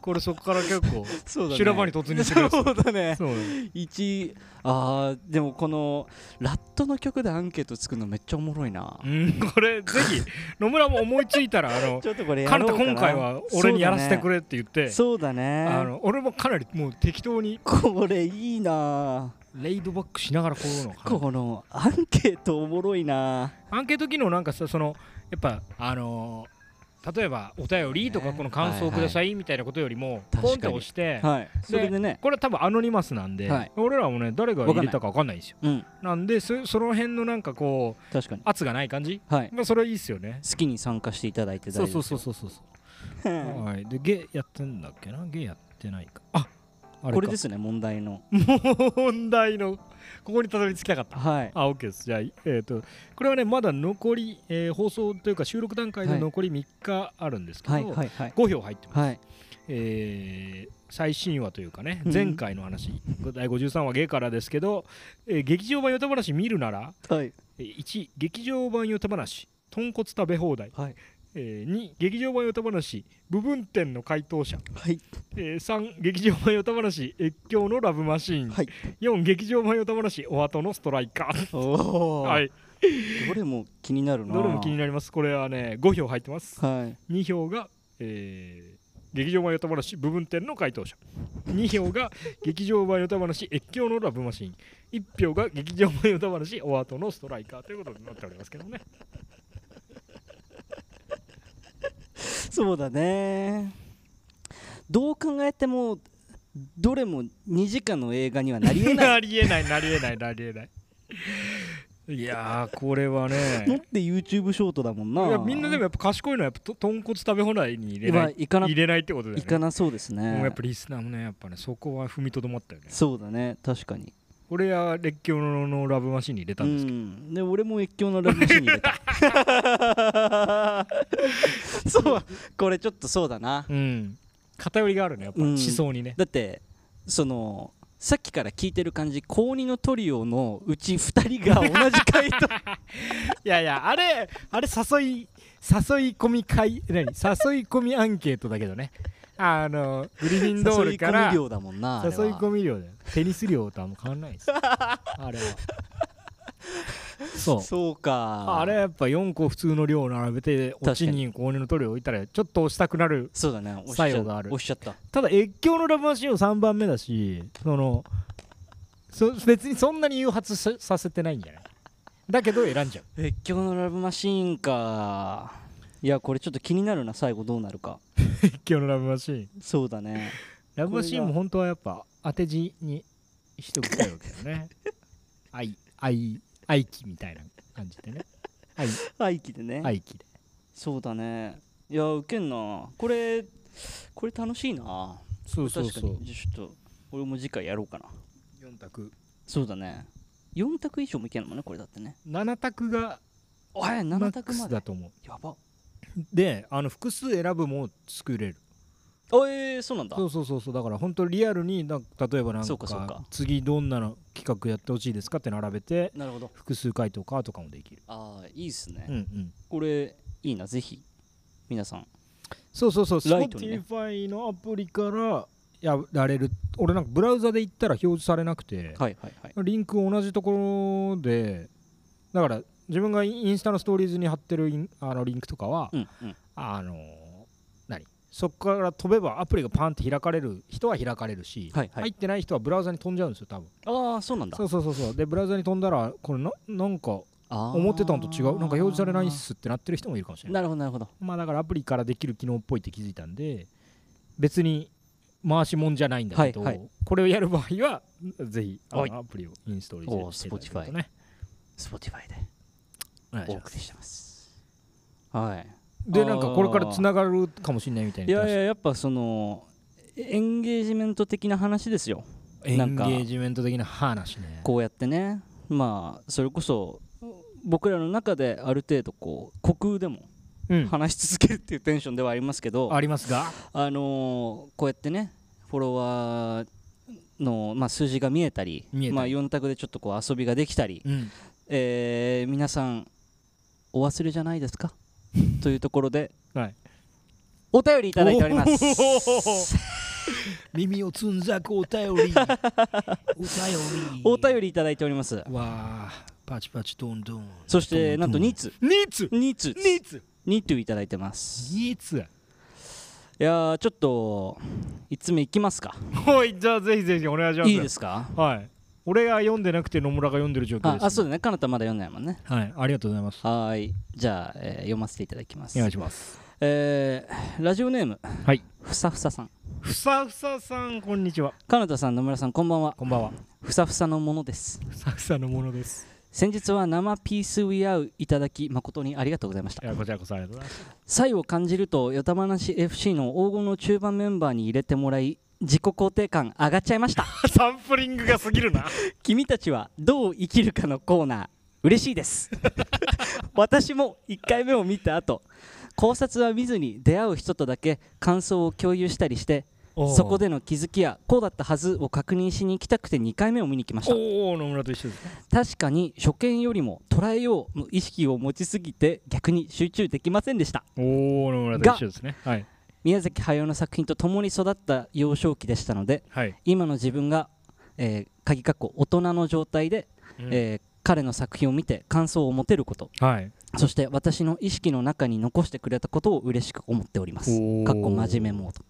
S6: これそこから結構
S4: そう
S6: 修羅場に突入するやつ
S4: そうだね
S6: そう
S4: 1あーでもこのラットの曲でアンケート作るのめっちゃおもろいな
S6: うんこれぜひ野村も思いついたらあの
S4: ちょっとこれや
S6: カ
S4: ろ
S6: ル
S4: う
S6: タ
S4: かな
S6: 今回は俺にやらせてくれって言って、
S4: そうだね
S6: あ
S4: そうだね
S6: の俺もかなりもう適当に
S4: これいいな
S6: レイドバックしながらこういうのを考えて
S4: このアンケートおもろいな
S6: アンケート機能なんかさそのやっぱあのー例えばお便りとか
S4: ね
S6: この感想をくださいみたいなことよりも
S4: 確かに
S6: ポンって押して
S4: はいそれでね
S6: これは多分アノニマスなんで、
S4: はい
S6: 俺らもね誰が入れたか分かんないんですよ
S4: うん
S6: なんでそその辺のなんかこう
S4: 確かに
S6: 圧がない感じ、
S4: はい
S6: まあ、それはいいっすよね
S4: 好きに参加していただいて大丈夫ですよ
S6: そうそうそ
S4: うん
S6: はいでゲやってんだっけなゲやってないかああれ
S4: これですすね問題の
S6: 問題のここにたどり着きたかった
S4: はい
S6: あ、OK です。じゃあ、えっ、と、これはね、まだ残り、えー放送というか収録段階で
S4: はい
S6: 残り3日あるんですけど、
S4: はいはいはい
S6: 5票入ってます。
S4: はい
S6: えー最新話というかね、
S4: うん
S6: 前回の話、第53話、ゲからですけど、えー劇場版ヨタ話見るなら、
S4: はい
S6: えー1、劇場版ヨタ話、豚骨食べ放題、
S4: はい
S6: えー2、劇場版ヨタ話、部分点の回答者、
S4: はい
S6: えー3、劇場版ヨタ話、越境のラブマシーン、
S4: はい
S6: 4、劇場版ヨタ話、お後のストライカー。
S4: おお
S6: はい
S4: どれも気になるな
S6: どれも気になります。これはね、5票入ってます。
S4: はい
S6: 2票が、えー劇場版ヨタ話部分点の回答者。2票が劇場版ヨタ話越境のラブマシーン。1票が劇場版ヨタ話お後のストライカーということになっておりますけどね。
S4: そうだねどう考えてもどれも2時間の映画にはなりえな
S6: な いりえない、なりえない、なりえない。いやー、これは
S4: のっ
S6: ね。
S4: て YouTube ショートだもん
S6: い
S4: な
S6: やみんなでもやっぱ賢いのはやっぱと豚骨食べ放題に入れ
S4: ま
S6: な
S4: あ
S6: い
S4: 行かな
S6: 入れないってことだよ
S4: 行
S6: ね。
S4: かなそうですね
S6: もうやっぱリスナーもね、やっぱね、そこは踏みとどまったよね。
S4: そうだね確かに
S6: 俺は列強のラブマシーンに入れた
S4: うん
S6: ですけ
S4: んで俺も越境のラブシーンに入れた そうこれちょっとそうだな
S6: ど、うん、偏りがあるねやっぱ
S4: うん
S6: 思想にね、
S4: だってそのさっきから聞いてる感じ高2のトリオのうち2人が同じ回答
S6: いやいやあれあれ誘い誘い込み会 何誘い込みアンケートだけどねあのグリフィンドー
S4: 誘い
S6: ルか
S4: 込
S6: ら
S4: み量だもんなあれは
S6: 誘い込み量だよテニス量とあんま変わんないですあれはそう
S4: そうか
S6: あれやっぱ4個普通の量を並べて
S4: かに
S6: オチに高値の塗料を置いたらちょっと押したくなる
S4: そうだね押しちゃ
S6: 作用がある
S4: 押しちゃった
S6: ただ越境のラブマシーンを3番目だしそのそ別にそんなに誘発ささせてないんじゃないだけど選んじゃう
S4: 越境のラブマシーンかいやこれちょっと気になるな最後どうなるか
S6: 越境のラブマシーン
S4: そうだ ね
S6: ラブマシーンも本当はやっぱ当て字にしておきたいわけだよ ね愛愛愛機みたいな感じでね愛
S4: 愛機でね、
S6: 愛機で
S4: そうだねいやウケんなこれこれ楽しいな
S6: そうそう
S4: 確
S6: そ
S4: か
S6: う
S4: にじゃあちょっと俺も次回やろうかな
S6: 4択
S4: そうだね4択以上もいけんのもんねこれだってね
S6: 7択が
S4: おい
S6: マ
S4: 7
S6: ッ
S4: 択
S6: ク
S4: ま
S6: スだ
S4: で
S6: と思う
S4: やば
S6: であの複数選ぶも作れる
S4: あえー、そうなんだ
S6: そうそうそうそうだから本当リアルになんか例えばなん
S4: そ
S6: か
S4: うかそうか
S6: 次どんなの企画やってほしいですかって並べて
S4: なるほど
S6: 複数回答かとかもできる
S4: あーいいっすね、
S6: うんうん
S4: これいいなぜひ皆さん
S6: そうそうそう
S4: ライトにね
S6: Spotify のアプリからやられる俺なんかブラウザで行ったら表示されなくて、
S4: はいはいはい
S6: リンク同じところでだから自分がインスタのストーリーズに貼ってるインあのリンクとかは、
S4: うんうん
S6: あの何そこから飛べばアプリがパンって開かれる人は開かれるし、
S4: はいはい
S6: 入ってない人はブラウザに飛んじゃうんですよ多分
S4: ああそうなんだ
S6: そうそうそうそうでブラウザに飛んだらこれななんか
S4: あー
S6: 思ってたのと違うなんか表示されないっすってなってる人もいるかもしれない
S4: なるほどなるほど
S6: まあだからアプリからできる機能っぽいって気づいたんで別に回しもんじゃないんだけど、
S4: はいはい
S6: これをやる場合は ぜひあの
S4: はい
S6: アプリをインストール
S4: おー
S6: していただけるとね
S4: Spotify で
S6: お願い
S4: お
S6: しま
S4: 送
S6: す
S4: りしてますはい
S6: でなんかこれからつながるかもしれないみたい
S4: い
S6: な言っ
S4: やい
S6: て
S4: ややっぱそのエンゲージメント的な話ですよ
S6: ました
S4: なんか
S6: エンゲージメント的な話ね
S4: こうやってねまあそれこそ僕らの中である程度こう虚空でも
S6: うん
S4: 話し続けるっていうテンションではありますけど、
S6: ありますが
S4: あのーこうやってねフォロワーの、まあ、数字が見えたり
S6: 見えたり
S4: まあ、4択でちょっとこう遊びができたり、
S6: うん
S4: えー皆さんお忘れじゃないで すかというところで
S6: はい
S4: お便りいただいております
S6: 耳をつんざくお 便りお便り
S4: お便りいただいております
S6: わあパチパチトントン
S4: そしてなんと2通
S6: ニーツ
S4: 2通
S6: ニーツ
S4: 2通いただいてます
S6: ニーツ
S4: いやーちょっと5つ目いきますか
S6: おいじゃあぜひぜひお願いします
S4: いいですか
S6: はい俺が読んでなくて野村が読んでる状況
S4: あ
S6: です
S4: あそう
S6: う
S4: だねかなたまだ読んでないもんね
S6: はいありがとうございます
S4: はーいじゃあ、えー読ませていただきま
S6: お
S4: す
S6: 願いします
S4: えーラジオネーム
S6: はい
S4: ふさふささん
S6: ふさふささんこんにちは
S4: かなたさん野村さんこんばんは
S6: こんばんは
S4: ふさふさのものです
S6: ふさふさのものです
S4: 先日は生ピースウィアウいただき誠にありがとうございました
S6: いやこちらこそありがとうございます
S4: 才を感じるとよたまなし FC の黄金の中盤メンバーに入れてもらい自己肯定感上がっちゃいました
S6: サンプリングが過ぎる な
S4: 君たちはどう生きるかのコーナー嬉しいです私も1回目を見た後考察は見ずに出会う人とだけ感想を共有したりしてそこでの気づきやこうだったはずを確認しに行きたくて2回目を見に来ました
S6: おお野村と一緒です
S4: 確かに初見よりも捉えようの意識を持ちすぎて逆に集中できませんでした
S6: おお野村と一緒ですねはい
S4: 宮崎駿の作品と共に育った幼少期でしたので
S6: はい
S4: 今の自分が、えー、鍵括弧大人の状態で、
S6: うん
S4: えー彼の作品を見て感想を持てること
S6: はい
S4: そして私の意識の中に残してくれたことを嬉しく思っております
S6: おー
S4: かっこ真面目モード、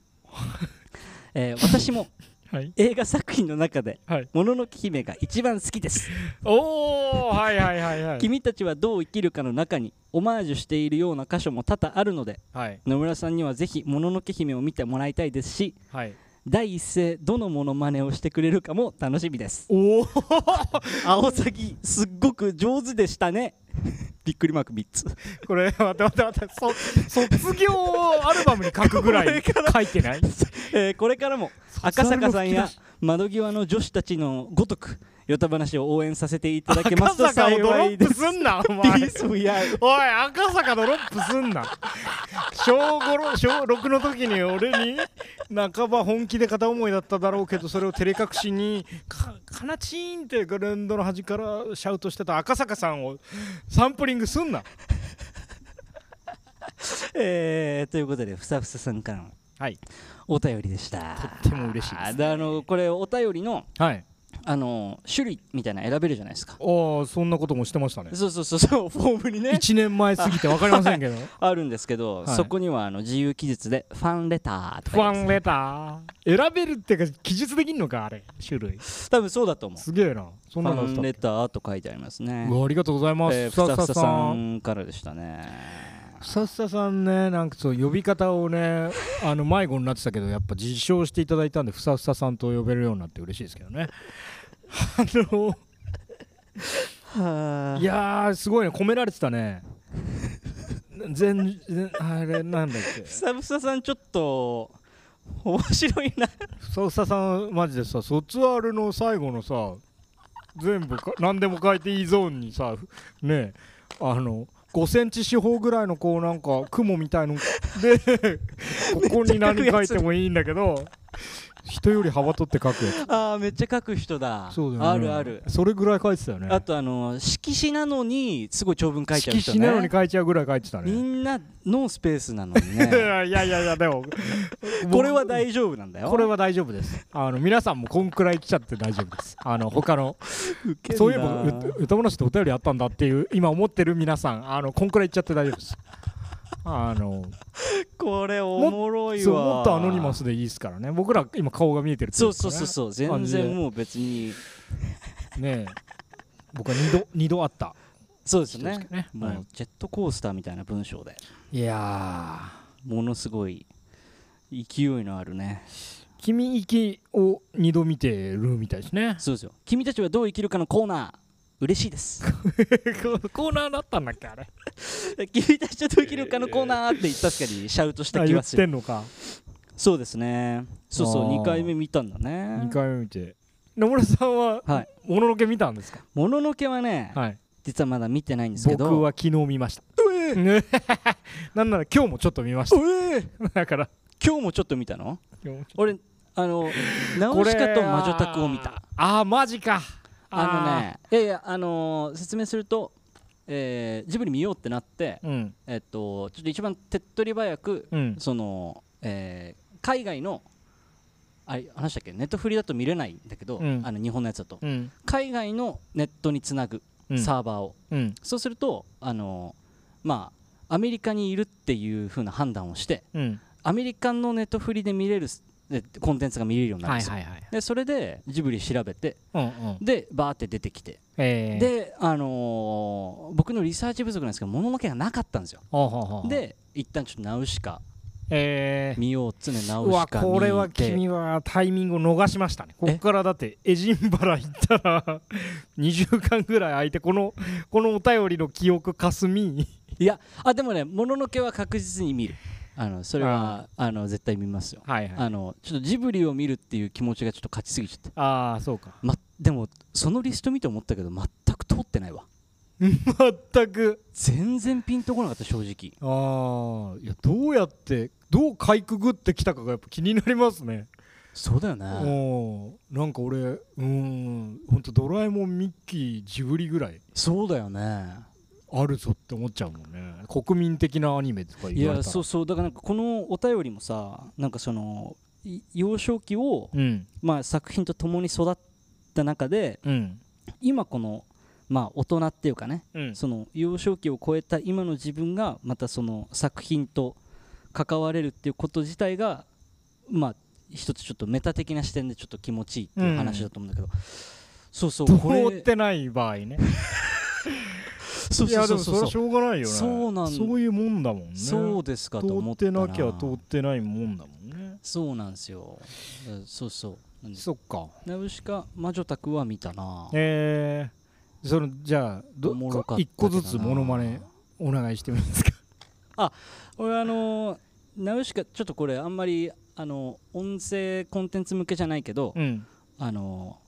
S4: えー私も
S6: はい
S4: 映画作品の中で
S6: はい
S4: もののけ姫が一番好きです
S6: おおはいはいはいは
S4: 君たちはどう生きるかの中にオマージュしているような箇所も多々あるので
S6: はい
S4: 野村さんにはぜひもののけ姫を見てもらいたいですし
S6: はい
S4: 第一声どのモノマネをしてくれるかも楽しみです
S6: おお
S4: アオサギすっごく上手でし たねびっくりマーク3つ
S6: これ待って待って待ってそ卒業アルバムに書くぐらい書いて ない
S4: えーこれからも赤坂さんや窓際の女子たちのごとくヨタ話を応援させていただけますと
S6: 赤坂をドロ
S4: 幸い
S6: ッ
S4: で
S6: プ
S4: す
S6: すんなお
S4: ピ
S6: 前
S4: ースウィア
S6: おい赤坂ドロップすんな小五の小6の時に俺に半ば本気で片思いだっただろうけどそれを照れ隠しにかかなちーんってグラウンドの端からシャウトしてた赤坂さんをサンプリングすんな
S4: えーということでふさふささんからの
S6: はい
S4: お便りでした
S6: とっても嬉しいですね
S4: あのこれお便りの
S6: はい
S4: あの種類みたいなの選べるじゃないですか
S6: ああそんなこともしてましたね
S4: そうそうそうそうフォームにね
S6: 1年前すぎて分かりませ んけど
S4: あるんですけど、
S6: はい
S4: そこにはあの自由記述でファンレターと
S6: フ
S4: か
S6: ァンレター選べるってか記述できんのかあれ種類
S4: 多分そうだと思う
S6: すげえなそんな
S4: フ
S6: のあった
S4: ァン
S6: っけ
S4: レターと書いてありますね
S6: うわありがとうございます、
S4: えー、ふ
S6: ふ
S4: さ
S6: さ
S4: ふ
S6: ふ
S4: さ
S6: さ
S4: さ
S6: さん
S4: んからでしたね
S6: ふさふささんねなんかその呼び方をね あの迷子になってたけどやっぱ自称していただいたんでふさふささんと呼べるようになって嬉しいですけどねあの
S4: はい
S6: やーすごいね込められてたね全然あれなんだっけ
S4: ふさふささんちょっと面白いな
S6: ふさふささんマジでさ卒アルの最後のさ全部か何でも書いていいゾーンにさねえあの5センチ四方ぐらいのこうなんか雲みたいのでここに何書いてもいいんだけど人より幅取って書くや
S4: あーめっちゃ書く人だ
S6: つそうだよね
S4: あるある
S6: それぐらい書いてたよね
S4: あとあの色紙なのにすごい長文書いちゃう
S6: 色
S4: 人
S6: 紙なのに
S4: ね
S6: 書いちゃうぐらい書いてた
S4: み
S6: ね
S4: んなノースペースなの に
S6: い
S4: ね
S6: やいやいやでも
S4: これは大丈夫なんだよ
S6: これは大丈夫ですあの皆さんもこんくらい来ちゃって大丈夫ですあの他の
S4: ウケんな
S6: そういえばう歌話ってお便りあったんだっていう今思ってる皆さんあのこんくらい言っちゃって大丈夫ですあの
S4: これおもろい
S6: そう
S4: わ
S6: もっとアノニマスでいいですからね僕ら今顔が見えてるってい
S4: そうう
S6: か
S4: そうそうそう全
S6: 感じで
S4: 然もう別に
S6: ねえ僕は2度二度あった
S4: そうです
S6: そうで
S4: ね
S6: すね
S4: も
S6: は
S4: う
S6: い
S4: ジェットコースターみたいな文章で
S6: いや
S4: ものすごい勢いのあるね
S6: ー君行きを2度見てるみたいですね
S4: そうですよ君たちはどう生きるかのコーナー嬉しいです
S6: コーナーだったんだっけあれ
S4: 君たちはどう生きるかのコーナーって確かにシャウトした気
S6: 言
S4: が
S6: っ
S4: する
S6: てんのか
S4: そうですねそう
S6: あ
S4: そう
S6: ー
S4: 2回目見たんだね
S6: 2回目見て野村さんは
S4: はい
S6: もののけ見たんですか
S4: もののけはね
S6: はい
S4: 実はまだ見てないんですけど
S6: 僕は昨日見ました なんなら今日もちょっと見ましただから
S4: 今日もちょっと見たの俺あの「ナ
S6: こ
S4: ウ
S6: れ
S4: シカと魔女宅」を見た
S6: あーマジか
S4: あのねいやいやあのー説明すると、えージブリ見ようってなって
S6: あーうん
S4: えっとちょっと一番手っ取り早く
S6: うん
S4: その、えー海外のあれ話したっけネットフリだと見れないんだけど、
S6: うん
S4: あの日本のやつだと
S6: うん
S4: 海外のネットにつなぐ
S6: うん
S4: サーバーを、
S6: うん
S4: そうするとあのーまあアメリカにいるっていう風な判断をして
S6: うん
S4: アメリカのネットフリで見れるえコンテンツが見れるようになるんですよ、
S6: いはい
S4: でそれでジブリ調べて
S6: うんうん
S4: でバーって出てきて
S6: えー
S4: で、あのー僕のリサーチ不足なんですけど、もののけがなかったんですよ。
S6: ほうほうほう
S4: で、一旦ちょっとナウシカ
S6: えー
S4: 見ようっつね、ナウ
S6: うわ
S4: シカ見て。
S6: これは君はタイミングを逃しましたねここからだってエジンバラ行ったら 2週間ぐらい空いてこのこのお便りの記憶かすみ
S4: いや、あ、でもね、もののけは確実に見る。あの、それは、あの、絶対見ますよ。
S6: はいい
S4: あの、ちょっとジブリを見るっていう気持ちがちょっと勝ちすぎちゃって。
S6: ああそうか
S4: ま、でも、そのリスト見て思ったけど、全く通ってないわ。
S6: 全く
S4: 全然ピンとこなかった、正直。
S6: ああいやどうやってどうかいくぐってきたかがやっぱ気になりますね
S4: そうだよ
S6: お
S4: ね。
S6: おーなんか俺うーんほんとドラえもんミッキージブリぐらい
S4: そうだよね。
S6: あるぞって思っちゃうもんね国民的なアニメとか
S4: い
S6: 言われたら
S4: やそうそうだからなんかこのお便りもさなんかそのい幼少期を、
S6: うん
S4: まあ、作品と共に育った中で
S6: うん
S4: 今この、まあ、大人っていうかね
S6: うん
S4: その幼少期を超えた今の自分がまたその作品と関われるっていうこと自体がまあ一つちょっとメタ的な視点でちょっと気持ちいいっていう話だと思うんだけど、そうそうこれ
S6: 通ってない場合ね
S4: そう
S6: い
S4: そ
S6: や
S4: う
S6: で
S4: そう
S6: もそれ
S4: そ
S6: は
S4: う
S6: しょうがないよね
S4: そうなん
S6: そういうもんだもんね
S4: そうですかと思っ
S6: 通っ
S4: た
S6: て
S4: ら
S6: なきゃ通ってないもんだもんね
S4: そうなんですよだからそうそうなんで
S6: そっか
S4: ナウシカ魔女宅は見たな
S6: えー、そのじゃあど
S4: おもろかったけ
S6: 一個
S4: ど
S6: ずつモノマネお願いしてもいいですか
S4: 俺あのーナウシカちょっとこれあんまりあの音声コンテンツ向けじゃないけど、
S6: うん
S4: あの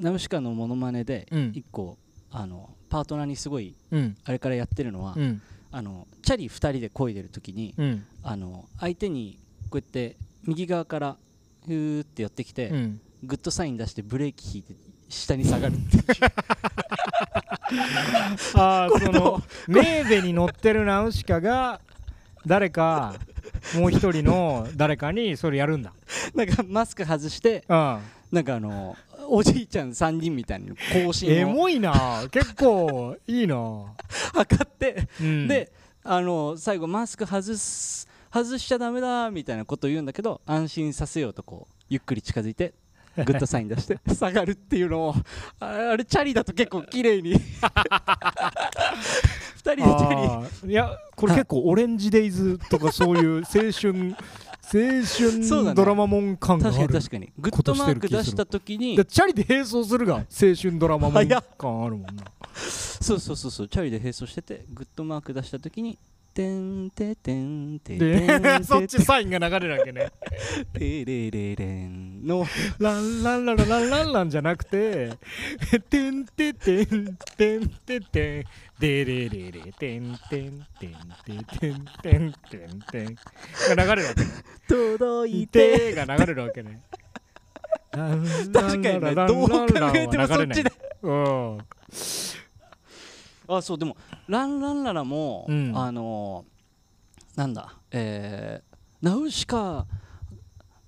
S4: ーナウシカのモノマネで
S6: うん
S4: 一個、あのパートナーにすごい
S6: うん
S4: あれからやってるのは、
S6: うん
S4: あのチャリ2人で漕いでる時に
S6: うん
S4: あの相手にこうやって右側からふーって寄ってきて、
S6: うん
S4: グッドサイン出してブレーキ引いて下に下がる
S6: ああ そ
S4: れど
S6: のメーベに乗ってるナウシカが誰かもう一人の誰かにそれやるんだ
S4: なんかマスク外して
S6: うん
S4: なんかあのおじいちゃん3人みたいな更
S6: エ
S4: 新を
S6: モいな結構いいな、
S4: 測って、
S6: うん、
S4: であの最後マスク外す外しちゃダメだみたいなことを言うんだけど安心させようとこうゆっくり近づいてグッドサイン出して 下がるっていうのをああれチャリだと結構 綺麗に二人でチャリ
S6: あーいやこれ結構オレンジデイズとかそういう 青春
S4: そ
S6: 青
S4: うだね
S6: 春ドラマもん感があ
S4: 確
S6: る
S4: かに確かにグッドマーク出した時に
S6: でチャリで並走するが青春ドラマもん
S4: 早
S6: 感
S4: っ
S6: あるもんな
S4: そうそうそうそうチャリで並走しててグッドマーク出した時に「てんててんててんて
S6: でそってちサインが流れるわけね
S4: てれれれん」の
S6: ランランランランランランじゃなくて「てんててんてんててんでれれれてんてんてんてんてんてんてんてん」が流れるわけね
S4: 「届
S6: い
S4: いて
S6: てーが流れるわけね。確
S4: 確かにねどう考えてもそっちだ。
S6: うん。」
S4: あそうでも「ランランララも」
S6: うん
S4: あのーなんだえー、ナウシカ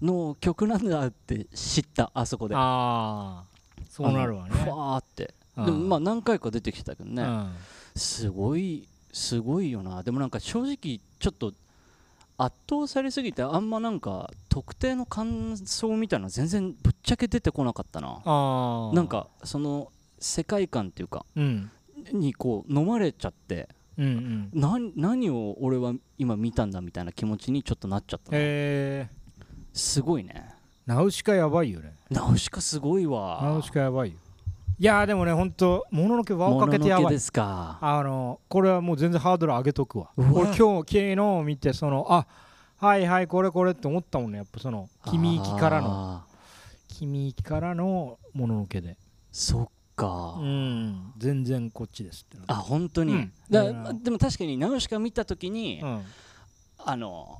S4: の曲なんだって知ったあそこで
S6: ああ、そうなるわね
S4: あの。ふわーってでもまあ何回か出てきたけどね、
S6: あね。
S4: すごいすごいよなでもなんか正直ちょっと圧倒されすぎてあんまなんか特定の感想みたいなの全然ぶっちゃけ出てこなかったな
S6: ああ。
S4: なん。かその世界観っていうか
S6: うん。
S4: にこう飲まれちゃって
S6: うんうん。
S4: 何何を俺は今見たんだみたいな気持ちにちょっとなっちゃったな
S6: えー、
S4: すごいね
S6: ナウシカやばいよね。
S4: ナウシカすごいわ
S6: ナウシカやばいよ。いやーでもね、ほんと、もののけ輪をかけてや
S4: ものの
S6: ば
S4: け
S6: い
S4: で。すか
S6: あのこれはもう全然ハードル上げとくわ
S4: うわ
S6: 俺今日昨日見てそのあはいはいこれこれって思ったもんねやっぱその君行きからの
S4: あー
S6: 君行きからのもののけで
S4: そっか、
S6: うん全然こっちですってなった
S4: あ本当に、
S6: うん
S4: だ
S6: うん
S4: までも確かにナウシカ見た時に、
S6: うん
S4: あの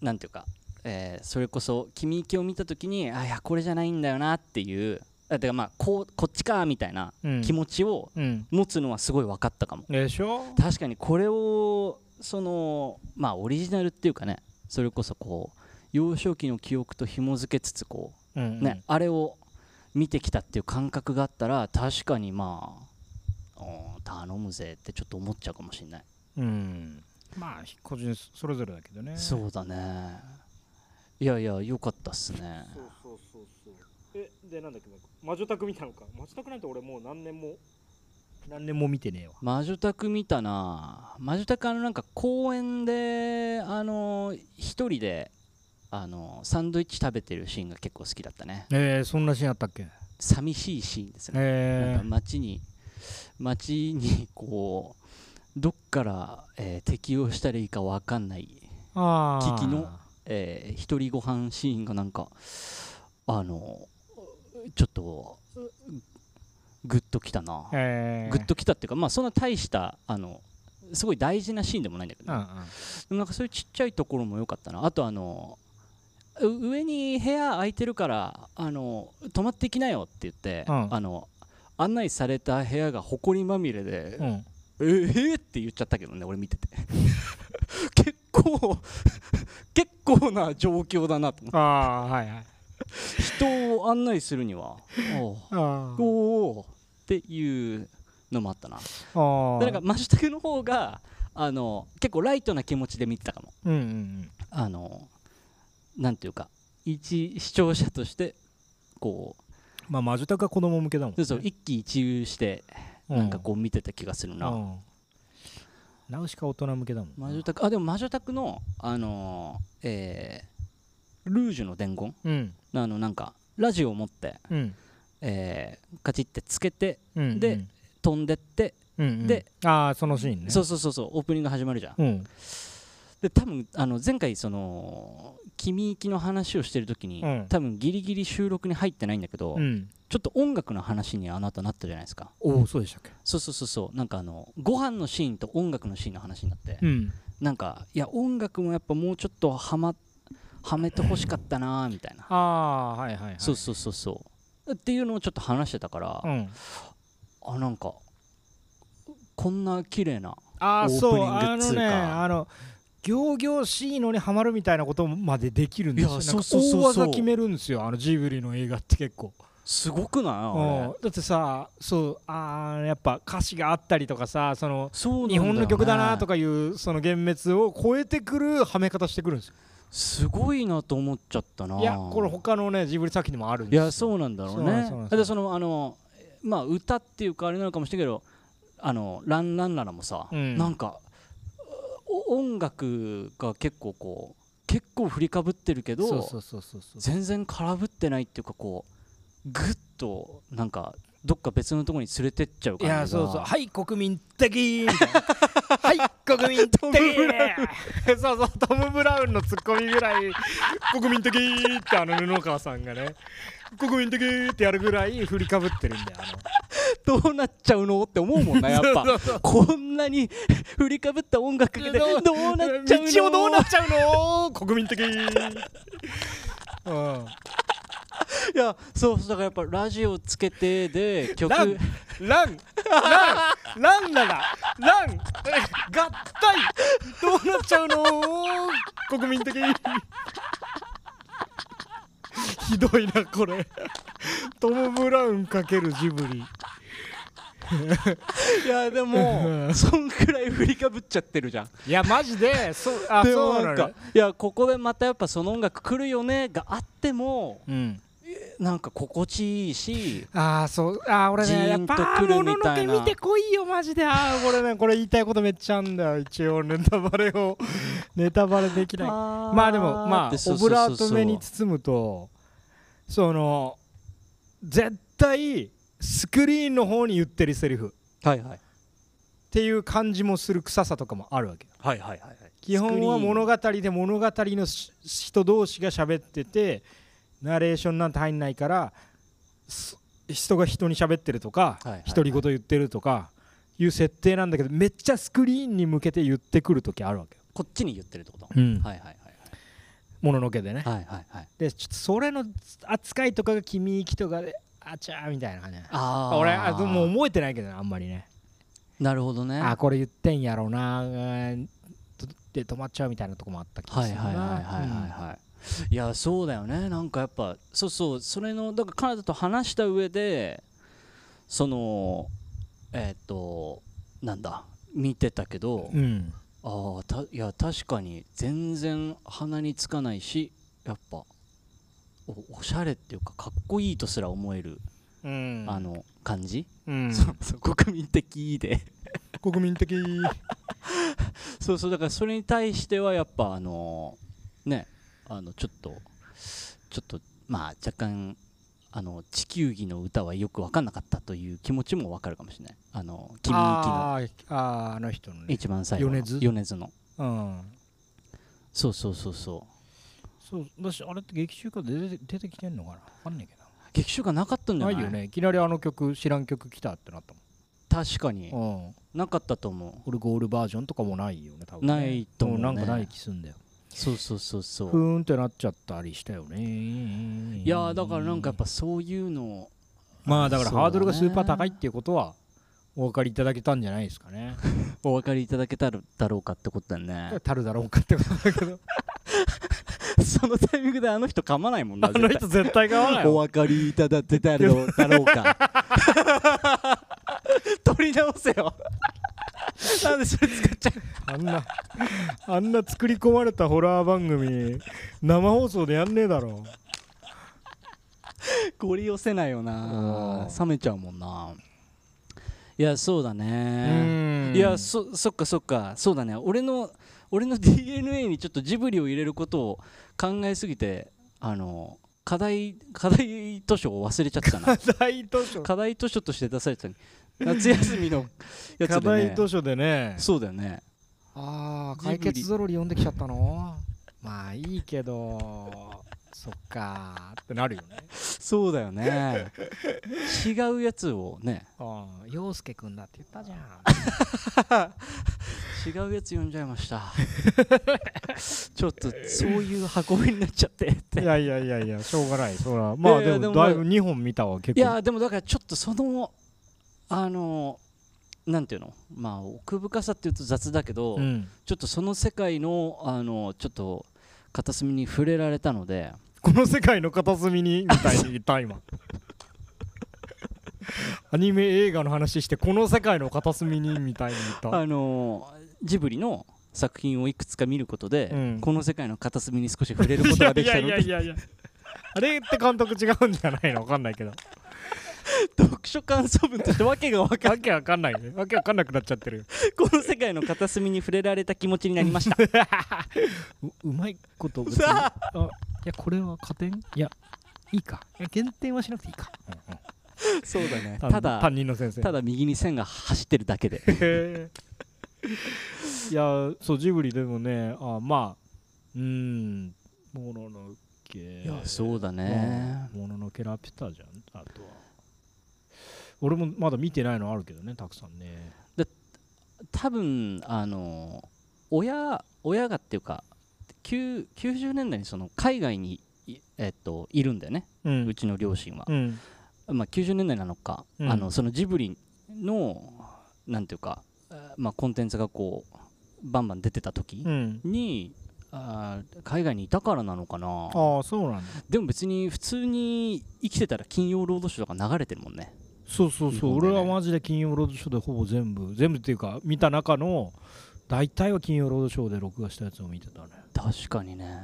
S4: なんていうか、えーそれこそ「君行き」を見た時にあいやこれじゃないんだよなっていうあてかまあこうこっちかみたいな
S6: うん
S4: 気持ちを
S6: うん
S4: 持つのはすごい分かったかも、
S6: でしょ
S4: 確かにこれをそのまあオリジナルっていうかねそれこそこう幼少期の記憶と紐付けつつこ
S6: うんう
S4: う、
S6: ん
S4: ねあれを見てきたっていう感覚があったら確かにまあうん頼むぜってちょっと思っちゃうかもしれない
S6: うんまあ個人それぞれだけどね
S4: そうだねいやいや良かったっすね
S6: そうそうそうそうえでなんだっけ魔女宅見たのか魔女宅なんて俺もう何年も何年も見てねえわ
S4: 魔女宅見たな魔女宅あのなんか公園であの一人であのサンドイッチ食べてるシーンが結構好きだったね
S6: えー、そんなシーンあったっけ
S4: 寂しいシーンですね、
S6: え
S4: なんか街に街にこうどっから、えー適応したらいいか分かんない、
S6: ー、あー
S4: 危機のえー一人ご飯シーンがなんかあのちょっとグッときたな
S6: えー、
S4: グッときたっていうかまあそんな大したあのすごい大事なシーンでもないんだけど、
S6: うんう
S4: ね、
S6: ん
S4: でもなんかそういうちっちゃいところも良かったなあとあのう上に部屋空いてるからあの泊まってきなよって言って、
S6: うん
S4: あの案内された部屋が埃まみれで、
S6: うん
S4: えー、って言っちゃったけどね俺見て て結構 結構な状況だなと思って
S6: ああはいはい
S4: 人を案内するにはおう
S6: あー
S4: おーっていうのもあったな
S6: あー
S4: でなんかマシュタクの方があの結構ライトな気持ちで見てたかも
S6: うんうんうん
S4: あのなんていうか一視聴者としてこう
S6: まあ魔女宅は子供向けだもん、
S4: そうそう一喜一憂して
S6: う
S4: なんかこう見てた気がする
S6: う
S4: な、
S6: んナウシカ大人向けだもん
S4: 魔女宅あでも魔女宅のあのーえールージュの伝言
S6: うん
S4: あのなんかラジオを持って、
S6: うん
S4: えーカチってつけて
S6: うん
S4: で飛んでって、
S6: うんうん
S4: で
S6: ああそのシーンね
S4: そうそうそうそうオープニング始まるじゃん
S6: うん
S4: で多分あの前回その君行きの話をしてる時に、
S6: うん
S4: 多分ギリギリ収録に入ってないんだけど、
S6: うん
S4: ちちょっと音楽の話にあなたなったじゃないですか
S6: おおそうでしたっけ
S4: そうそうそうそうなんかあのご飯のシーンと音楽のシーンの話になって、
S6: うん
S4: なんかいや音楽もやっぱもうちょっとはまはめてほしかったなーみたいな、
S6: ああはいはいはい
S4: そうそうそうそうっていうのをちょっと話してたから、
S6: うん
S4: あなんかこんな綺麗な
S6: ああ
S4: オー
S6: そ
S4: プ
S6: う
S4: ニングっつうか
S6: あのねあの行々しいのにハマるみたいなことまでできるんですよ
S4: いや
S6: なんか
S4: そうそうそうそう
S6: 大技決めるんですよあのジブリの映画って結構
S4: すごくないあ
S6: う
S4: れ
S6: んだってさそうあーやっぱ歌詞があったりとかさその
S4: そうなんだ
S6: 日
S4: よ
S6: 本の曲だなと
S4: か
S6: かいうその幻滅を超えてくるはめ方してくるんですよ
S4: すごいなと思っちゃったない
S6: いやこれ他のねジブリ作品でもあるん
S4: い
S6: ですよ
S4: やそうなんだろう
S6: そうなんで
S4: ね
S6: すそうなんです
S4: だってそのあのまあ歌っていうかあれなのかもしれないけどあのランランララもさ、
S6: うん
S4: なんかお音楽が結構こう結構振りかぶってるけど
S6: そうそうそうそうそう
S4: 全然空振ってないっていうかこうグッとなんかどっか別のところに連れてっちゃう
S6: い
S4: 感じが
S6: やそうそうはい国民 的みたいなはい国民的そうそうトム・ブラウンのツッコミぐらい国民的ってあの布川さんがね国民的ってやるぐらい振りかぶってるんだよ
S4: どうなっちゃうのって思うもんなやっ
S6: そ
S4: ぱ
S6: うそうそう
S4: こんなに 振りかぶった音楽
S6: あ
S4: で
S6: の
S4: どうなっちゃうの
S6: 道をどうなっちゃうの国民的うん
S4: いやそうそうだからやっぱラジオつけてで曲
S6: ランランランランラララン合体どうなっちゃうの国民的 ひどいなこれトム・ブラウン×ジブリ
S4: いやでもそんくらい振りかぶっちゃってるじゃん
S6: いやマジでそうあ
S4: で
S6: そ
S4: も
S6: うな
S4: なんん
S6: か
S4: かいやここでまたやっぱその音楽来るよねがあっても
S6: うん
S4: なんか心地いいし
S6: ああそうあー俺
S4: ジ
S6: ねや
S4: ー
S6: っ
S4: ン
S6: ぱ
S4: と
S6: あ
S4: 来
S6: ーも
S4: る
S6: の
S4: み
S6: の
S4: た
S6: け
S4: いな
S6: 見てこいよマジでああこれねこれ言いたいことめっちゃあんだよ一応ネタバレをネタバレできないま
S4: ま
S6: あでもまあオブラート目に包むとその絶対スクリーンの方に言ってるセリフっ
S4: はいはい
S6: ていう感じもする臭さとかもあるわけよ
S4: はいはいはい
S6: 基本は物
S4: が
S6: 語で物語のし人同士が喋っててナレーションなんて入んないからす人が人に喋ってるとか
S4: はいはいはい
S6: 独り言言ってるとかいう設定なんだけどめっちゃスクリーンに向けて言ってくる時あるわけよ
S4: こっちに言ってるってこと
S6: うん
S4: はいはい
S6: もののけでね
S4: はいはいはいはい
S6: でちょっとそれの扱いとかが君行きとかであちゃーみたいな感じね
S4: ああ
S6: 俺あでも覚えてないけどねあんまりね
S4: なるほどね
S6: あこれ言ってんやろうなうーんとで止まっちゃうみたいなとこもあった気が
S4: は
S6: す
S4: い
S6: るな
S4: はいはいはいはいはい、いやそうだよねなんかやっぱそうそうそれのだからカナダと話した上でそのえっ、となんだ見てたけど、
S6: うんうん
S4: ああたいや確かに全然鼻につかないしやっぱおおしゃれっていうかかっこいいとすら思える、
S6: うん
S4: あの感じ、
S6: うん
S4: そう そう国民的で
S6: 国民的
S4: そうそうだからそれに対してはやっぱあのねあのちょっとちょっとまあ若干あの地球儀の歌はよく分かんなかったという気持ちも分かるかもしれないあの君行きの
S6: あーあーあの人のね
S4: 一番最後の
S6: 米津
S4: 米津の
S6: うん
S4: そうそうそうそう
S6: そうだしあれって劇中から出て出てきてんのかな分かんないけど
S4: 劇中がなかったんじゃ
S6: な
S4: ない
S6: いよねいきなりあの曲知らん曲来たってなった
S4: 確かに
S6: もんうん
S4: なかったと思う
S6: オルゴールバージョンとかもないよね多分ね
S4: ないと思うね
S6: んなんかない気すんだよ
S4: そうそうそうそ
S6: ふ
S4: う
S6: ーんってなっちゃったりしたよねい
S4: いやーだからなんかやっぱそういうの
S6: まあだから
S4: そうだね
S6: ハードルがスーパー高いっていうことはお分かりいただけたんじゃないですかね
S4: お分かりいただけたらだろうかってことだよね
S6: たるだろうかってことだけど
S4: そのタイミングであの人噛まないもんな
S6: あの人絶対買わない
S4: お
S6: よ
S4: 分かりいただけたろうだろうか 取り直せよ なんでそれ使っちゃ
S6: あんなあんな作り込まれたホラー番組生放送でやんねえだろ
S4: うごり寄せないよな
S6: おー
S4: 冷めちゃうもんないやそうだ
S6: う
S4: ね
S6: ーん
S4: い やそそっかそっかそうだね俺の俺の DNA にちょっとジブリを入れることを考えすぎてあの課題課題図書を忘れちゃった な
S6: 大図書
S4: 課題図書として出されてたのに夏休みのや
S6: 課
S4: つで、ね、
S6: 題図書でね
S4: そうだよね
S6: ああ
S4: 解決
S6: ぞろり読んできちゃったのまあいいけどそっかーってなるよね
S4: そうだ よね違うやつをね
S6: ああ陽介くんだって言ったじゃん
S4: 違うやつ呼んじゃいました ちょっとそういう運びになっちゃってっ て
S6: いやいやいやいやしょうがないそ らまあ
S4: いやい
S6: で
S4: やで
S6: も
S4: も
S6: だいぶ2本見たわ結構
S4: いやでもだからちょっとそのあのなんていうのまあ奥深さっていうと雑だけど、
S6: うん
S4: ちょっとその世界のあのちょっと片隅に触れられたので
S6: この世界の片隅にみたいに言った 今アニメ映画の話してこの世界の片隅にみたいに言った
S4: あのジブリの作品をいくつか見ることで、
S6: うん
S4: この世界の片隅に少し触れることができたの
S6: いや
S4: で
S6: いやいやいやいやあれって監督違うんじゃないのわかんない けど
S4: 読書感想文としてわけがわかんない
S6: わけわかんないねわけわかんなくなっちゃってる
S4: この世界の片隅に触れられた気持ちになりました
S6: ううまいこと別にあいやこれは加点いやいいかいや減点はしなくていいか、
S4: そうだね
S6: た
S4: た
S6: だ
S4: だ
S6: 担任の先生
S4: ただ右に線が走ってるだけで
S6: へー いやそうジブリでもねあまあうーんもののけい
S4: いやそうだね
S6: もののけラピュタじゃんあとは俺もまだ見てないのあるけどねたくさんね
S4: 多分あの親親がっていうか9 90年代にその海外にい,、えっといるんだよね、
S6: う
S4: うんちの両親は
S6: う、ん
S4: まあ、90年代なのか、
S6: うん
S4: あのそのジブリのなんていうか、えーまあ、コンテンツがこうバンバン出てた時
S6: うん
S4: に、あー海外にいたからなのかな
S6: ああそうなんだ
S4: でも別に普通に生きてたら金曜ロードショーとか流れてるもんね
S6: そうそう
S4: 日
S6: そう、
S4: 本で
S6: 俺
S4: ね
S6: はマジで金曜ロードショーでほぼ全部全部っていうか見た中の大体は金曜ロードショーで録画したやつを見てたね
S4: 確かにね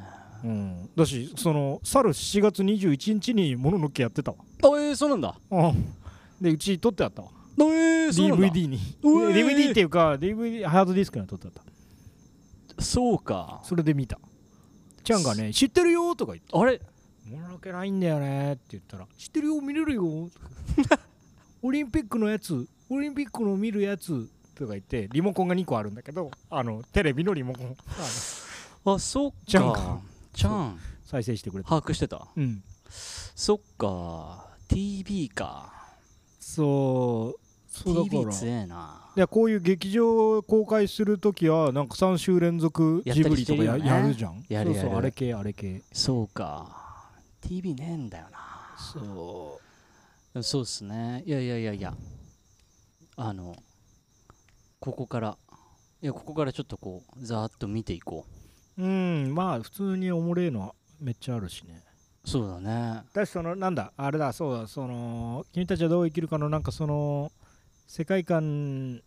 S6: うんだしその去る7月21日にもののけやってたわ
S4: あえー、そうなんだ
S6: うんでうち撮ってあったわ
S4: えー、そうなんだ
S6: DVD に
S4: うえー
S6: DVD っていうか DVD ハードディスクには撮ってあった
S4: そうか
S6: それで見たちゃんがね「知ってるよ」とか言って
S4: あれ
S6: 「もののけないんだよね」って言ったら「知ってるよ見 れるよ」オリンピックのやつオリンピックの見るやつ」とか言ってリモコンが2個あるんだけどあのテレビのリモコンあの
S4: あそっか
S6: ちゃんか
S4: ちゃん
S6: 再生してくれた
S4: 把握してた
S6: うん
S4: そっか TV か
S6: そうそうだ
S4: TV
S6: から
S4: 強えない
S6: やこういう劇場公開するときはなんか3週連続ジブリとかや
S4: やった
S6: やる
S4: りしてるよね
S6: じゃん
S4: やるやる
S6: そうそうあれ系あれ系
S4: そうか TV ねえんだよな
S6: そ
S4: でもそうっすねいやいやいやいやあのここからいやここからちょっとこうざーっと見ていこ
S6: ううんまあ普通におもれえのめっちゃあるしね
S4: うそうだね
S6: だしそのなんだあれだそうだその君たちはどう生きるかのなんかその世界観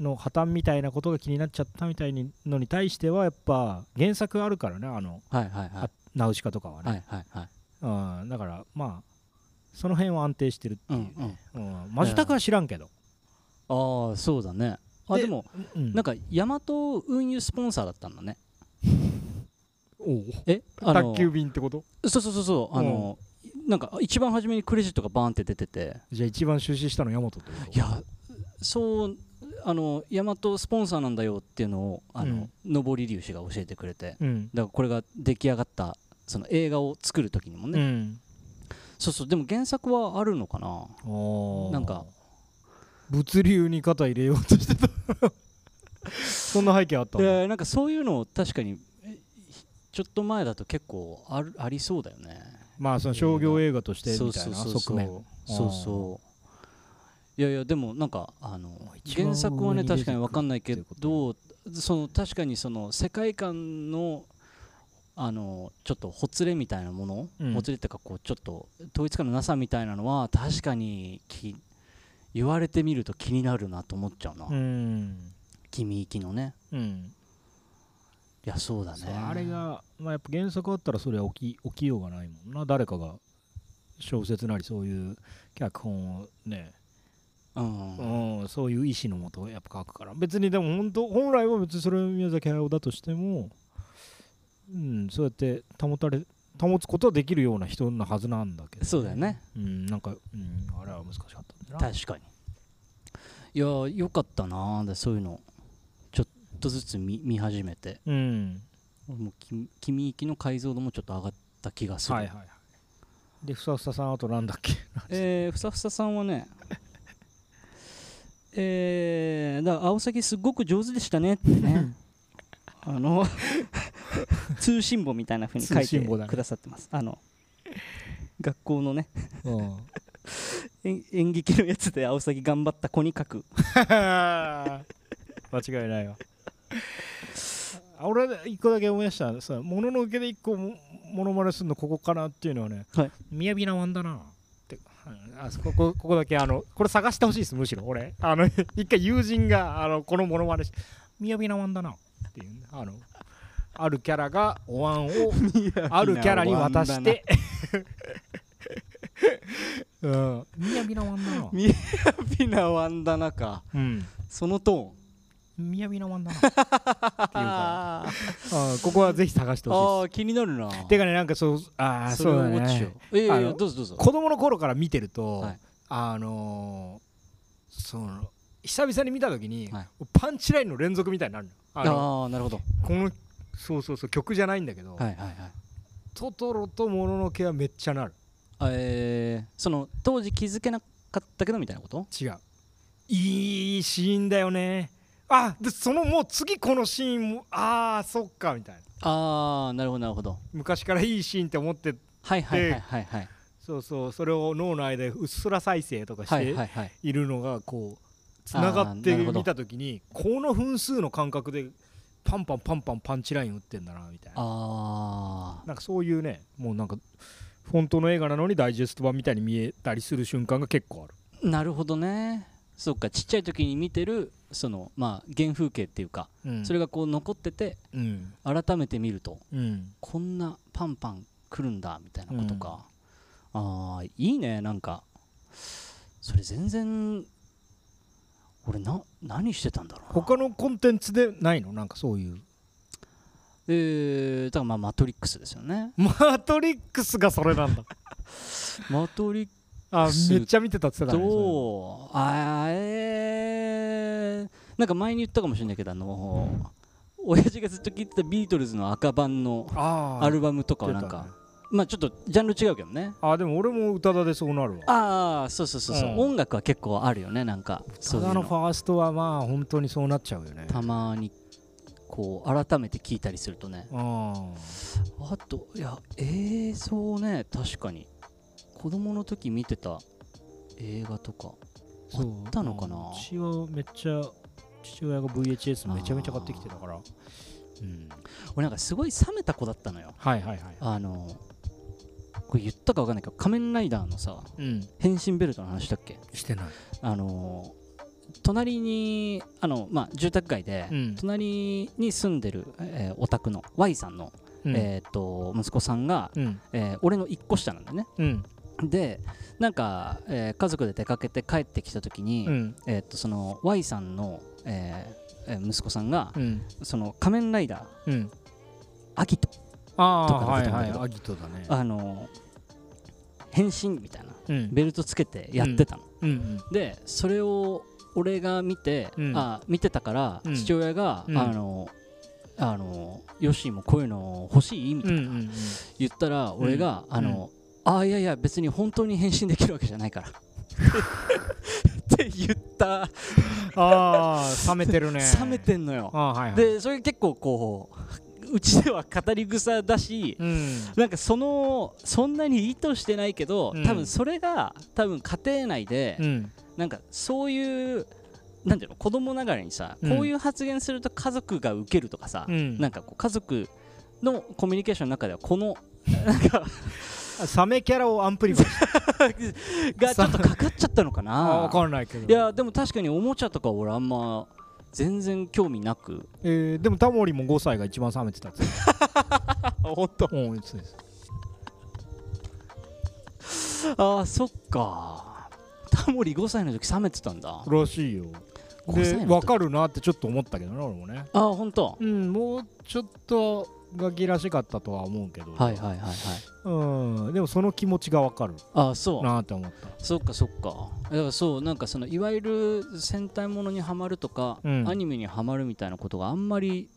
S6: の破綻みたいなことが気になっちゃったみたいにのに対してはやっぱ原作あるからねあの
S4: はいはいは
S6: あナウシカとかはい
S4: は
S6: ね、
S4: いはいはい
S6: うん、だからまあその辺は安定してるって
S4: う
S6: い
S4: ん
S6: う
S4: う
S6: ね、
S4: ん
S6: うんマジタクは知らんけど、
S4: ああそうだねあ
S6: で
S4: でも
S6: うん
S4: なんかヤマト運輸スポンサーだったんだね
S6: おう
S4: えあ
S6: 宅
S4: の
S6: 急便ってこと
S4: そうそうそうそうあのなんか一番初めにクレジットがバーンって出てて
S6: じゃあ一番出資したのヤマトってこと
S4: いやそうあのヤマトスポンサーなんだよっていうのをあの、上り粒子が教えてくれて
S6: うん
S4: だからこれが出来上がったその映画を作る時にも
S6: う
S4: ね、
S6: ん
S4: そうそうでも原作はあるのかな
S6: おー
S4: なんか
S6: 物流に肩入れようとしてた そんな背景あったの
S4: でなんかそういうの確かにえちょっと前だと結構あるありそうだよね
S6: まあその商業映画として
S4: そう
S6: みた
S4: そ
S6: いうな
S4: そう
S6: 側
S4: そう
S6: 面
S4: そうそういやいやでもなんかあの
S6: 一番
S4: 原作は
S6: 上
S4: ね
S6: に
S4: 確かに分かんないけ
S6: 出てくるって
S4: どその確かにその世界観のあのちょっとほつれみたいなもの、
S6: うん
S4: ほつれっていうかこうちょっと統一感のなさみたいなのは確かにき言われてみると気になるなと思っちゃうな、
S6: うん
S4: 君行きのね
S6: うん
S4: いやそうだね
S6: そうあれがまあやっぱ原作あったらそれは起き起きようがないもんな誰かが小説なりそういう脚本をね
S4: うん、
S6: うん、そういう意思のもとやっぱ書くから別にでも本当本来は別にそれは宮崎駿だとしても、うん、そうやって保たれ保つことはできるような人なはずなんだけど、
S4: そうだよね
S6: うん、なんか、うん、あれは難しかったんだな
S4: 確かにいやーよかったなでそういうのちょっとずつ見見始めて
S6: うん
S4: 俺もき君行きの解像度もちょっと上がっった気がする、
S6: はいはいでふさふささんあとなんだっ け
S4: えーふさふささんはね えーだから青崎すっごく上手でしたねっ てねあの通信簿みたいな風に書い
S6: 通信簿だ
S4: て
S6: ね
S4: くださってます、あの学校のね
S6: うん
S4: 演演劇のやつで青崎頑張った子に書く
S6: 間違いないわあ俺一個だけ思い出したさもののけで一個もものまねするのここかなっていうのはね
S4: はい
S6: みやびなワンだなってあそここここだけあのこれ探してほしいですむしろ俺あの 一回友人があのこのものまねしみやびなワンだなっていうねあのあるキャラがお椀 をあるキャラに渡して、 うん、みやびなワンだな
S4: みやびなワンダナか
S6: うん
S4: そのト
S6: みやびなワンだな
S4: ーン
S6: いう
S4: あ
S6: かあここはぜひ探してほしい
S4: ー気になるな
S6: です。てかね、なんかそう、ああ、そうだ
S4: れをウォッチを
S6: ね。
S4: いやい
S6: あ
S4: や
S6: の
S4: どうぞどうぞ
S6: 子供の頃から見てると、
S4: はい
S6: あのーその、久々に見たときに、
S4: はい
S6: パンチラインの連続みたいになるの。あの
S4: ああなるほど
S6: この、そうそうそう、曲じゃないんだけど、
S4: はいはいはい
S6: トトロともののけはめっちゃなる。
S4: えーその当時気づけなかったけどみたいなこと
S6: 違う。いいシーンだよね。あでそのもう次このシーンもああそっかみたいな
S4: ああなるほどなるほど
S6: 昔からいいシーンって思って
S4: はいはいはいはいはい
S6: そうそうそれを脳内でうっすら再生とかして、
S4: はいはいはい
S6: いるのがこうつながっ
S4: あーな
S6: て
S4: るほど
S6: 見た時にこの分数の感覚でパンパンパンパンパンチライン打ってんだなみたいな
S4: あ
S6: なんかそういうねもうなんか本当の映画なのにダイジェスト版みたいに見えたりする瞬間が結構ある
S4: あなるほどねそうかちっちゃい時に見てるそのまあ原風景っていうか、
S6: うん
S4: それがこう残ってて
S6: うん
S4: 改めて見ると
S6: うん
S4: こんなパンパン来るんだみたいなことか、ああいいねなんかそれ全然俺な何してたんだろうな
S6: 他のコンテンツでないのなんかそういう
S4: えー、だからまあマトリックスですよね
S6: 「マトリックス」がそれ なんだ
S4: マトリック
S6: あ
S4: クス
S6: めっちゃ見てたって言ってたねそ
S4: とあーえー、なんか前に言ったかもしれないけどあの、親父がずっと聴いてたビートルズの赤版の
S6: れあー
S4: アルバムとかはなん
S6: 出た
S4: か、
S6: ね
S4: まあちょっとジャンル違うけどね
S6: あーでも俺も宇多田でそうなるわ
S4: ああそうそうそうそう、
S6: うん
S4: 音楽は結構あるよねなんかそ
S6: 宇多
S4: ういう
S6: 田の
S4: の
S6: ファーストはまあ本当にそうなっちゃうよね
S4: たまにこう改めて聞いたりするとね
S6: あ
S4: あといや映像ね確かに子供の時見てた映画とか
S6: そう
S4: あったのかな
S6: うちはめっちゃ父親が VHS めちゃめちゃ買ってきてたからうん
S4: 俺なんかすごい冷めた子だったのよ
S6: はいはいはい
S4: あのこれ言ったか分かんないけど仮面ライダーのさ
S6: うん
S4: 変身ベルトの話だっけ
S6: してない
S4: あの隣にあの、まあ、住宅街で、
S6: うん
S4: 隣に住んでる、えーお宅の Y さんの、
S6: うん
S4: えー、と息子さんが、
S6: うん
S4: えー俺の1個下なんだよね
S6: うん
S4: でなんか、えー家族で出かけて帰ってきた時に、
S6: うん
S4: えー、とその Y さんの、えーえー息子さんが、
S6: うん
S4: その仮面ライダー
S6: うん
S4: アキト
S6: あ
S4: と
S6: あ
S4: か
S6: はい
S4: だ
S6: は
S4: け
S6: い
S4: ど
S6: アギトだね
S4: あの変身みたいな
S6: うん
S4: ベルトつけてやってたの、
S6: うん
S4: でそれを俺が見て、
S6: うん
S4: あ見てたから、
S6: うん
S4: 父親が、
S6: うん
S4: あのあのヨッシーもこういうの欲しいみた
S6: う
S4: い
S6: んう
S4: なん
S6: うん
S4: 言ったら、俺が
S6: うん
S4: あの、あいやいや別に本当に変身できるわけじゃない からって言った、
S6: ああ 冷めてるね
S4: 冷めてんのよ
S6: ああはいはい
S4: でそれ結構こううちでは語り草だし、
S6: うん
S4: なんかそのそんなに意図してないけど、
S6: うん
S4: 多分それが多分家庭内で、
S6: うん
S4: なんかそういうなんていうの子供ながらにさ、
S6: うん
S4: こういう発言すると家族が受けるとかさ、
S6: うん
S4: なんかこう家族のコミュニケーションの中ではこの
S6: サメキャラをアンプリファイした
S4: がちょっとかかっちゃったのか
S6: あ
S4: な
S6: 分かんないけど
S4: いやでも確かにおもちゃとか俺あんま全然興味なく
S6: えーでもタモリも5歳が一番冷めてたっつって
S4: 本当
S6: うんそうです
S4: ああそっかタモリ5歳の時冷めてたんだ
S6: らしいよ
S4: 5歳
S6: で
S4: の時
S6: 分かるなってちょっと思ったけどね俺もね
S4: ああ本当
S6: うん、もうちょっとガキらしかったとは思うけど、
S4: はいはいはいはい
S6: うん、でもその気持ちがわかる
S4: ああそう
S6: なって思った。
S4: そっかそっかだからそうなんかそのいわゆる戦隊ものにはまるとか、
S6: うん
S4: アニメにはまるみたいなことがあんまり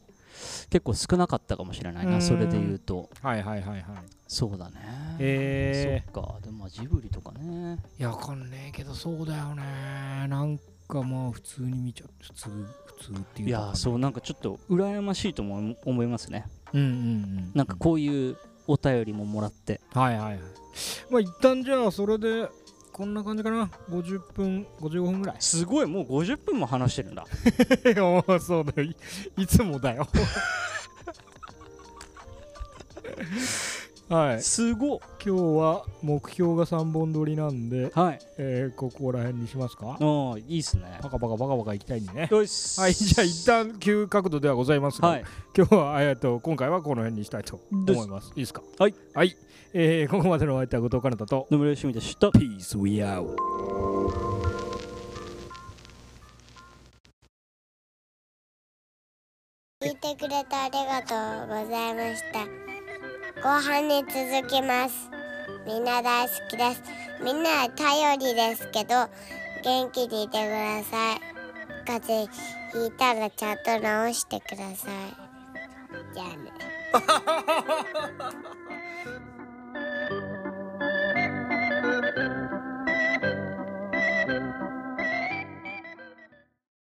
S4: 結構少なかったかもしれないうなんそれで言うと
S6: はいはいはいはい
S4: そうだね
S6: え
S4: そっかでもまあジブリとかね
S6: いやわかんねえけどそうだよねなんかまあ普通に見ちゃう普通普通っていう
S4: いやーそうなんかちょっと羨ましいとも思いますね
S6: うんうんうん
S4: なんかこういうお便りももらって
S6: はいはいはいまあ一旦じゃあそれでこんな感じかな50分55分ぐらい
S4: すごいもう50分も話してるんだ
S6: おそうだよいいつも だよはい
S4: すごい
S6: 今日は目標が3本撮りなんで、
S4: はい
S6: えーここら辺にしますか
S4: ああいいっすね
S6: バカバカバカバカいきたいんでね
S4: よし
S6: はいじゃあ一旦急角度ではございますが、
S4: はい
S6: 今日はえーと今回はこの辺にしたいと
S4: です
S6: 思いますいいですか
S4: はい、
S6: はいえーここまでのお相手は後藤かなたと
S4: 野村よしみでした
S6: Peace we out
S5: 「聞いてくれてありがとうございました」「後半に続きます」「みんな大好きです」「みんな頼りですけど元気にいてください」「風邪ひいたらちゃんと治してください」じゃあね。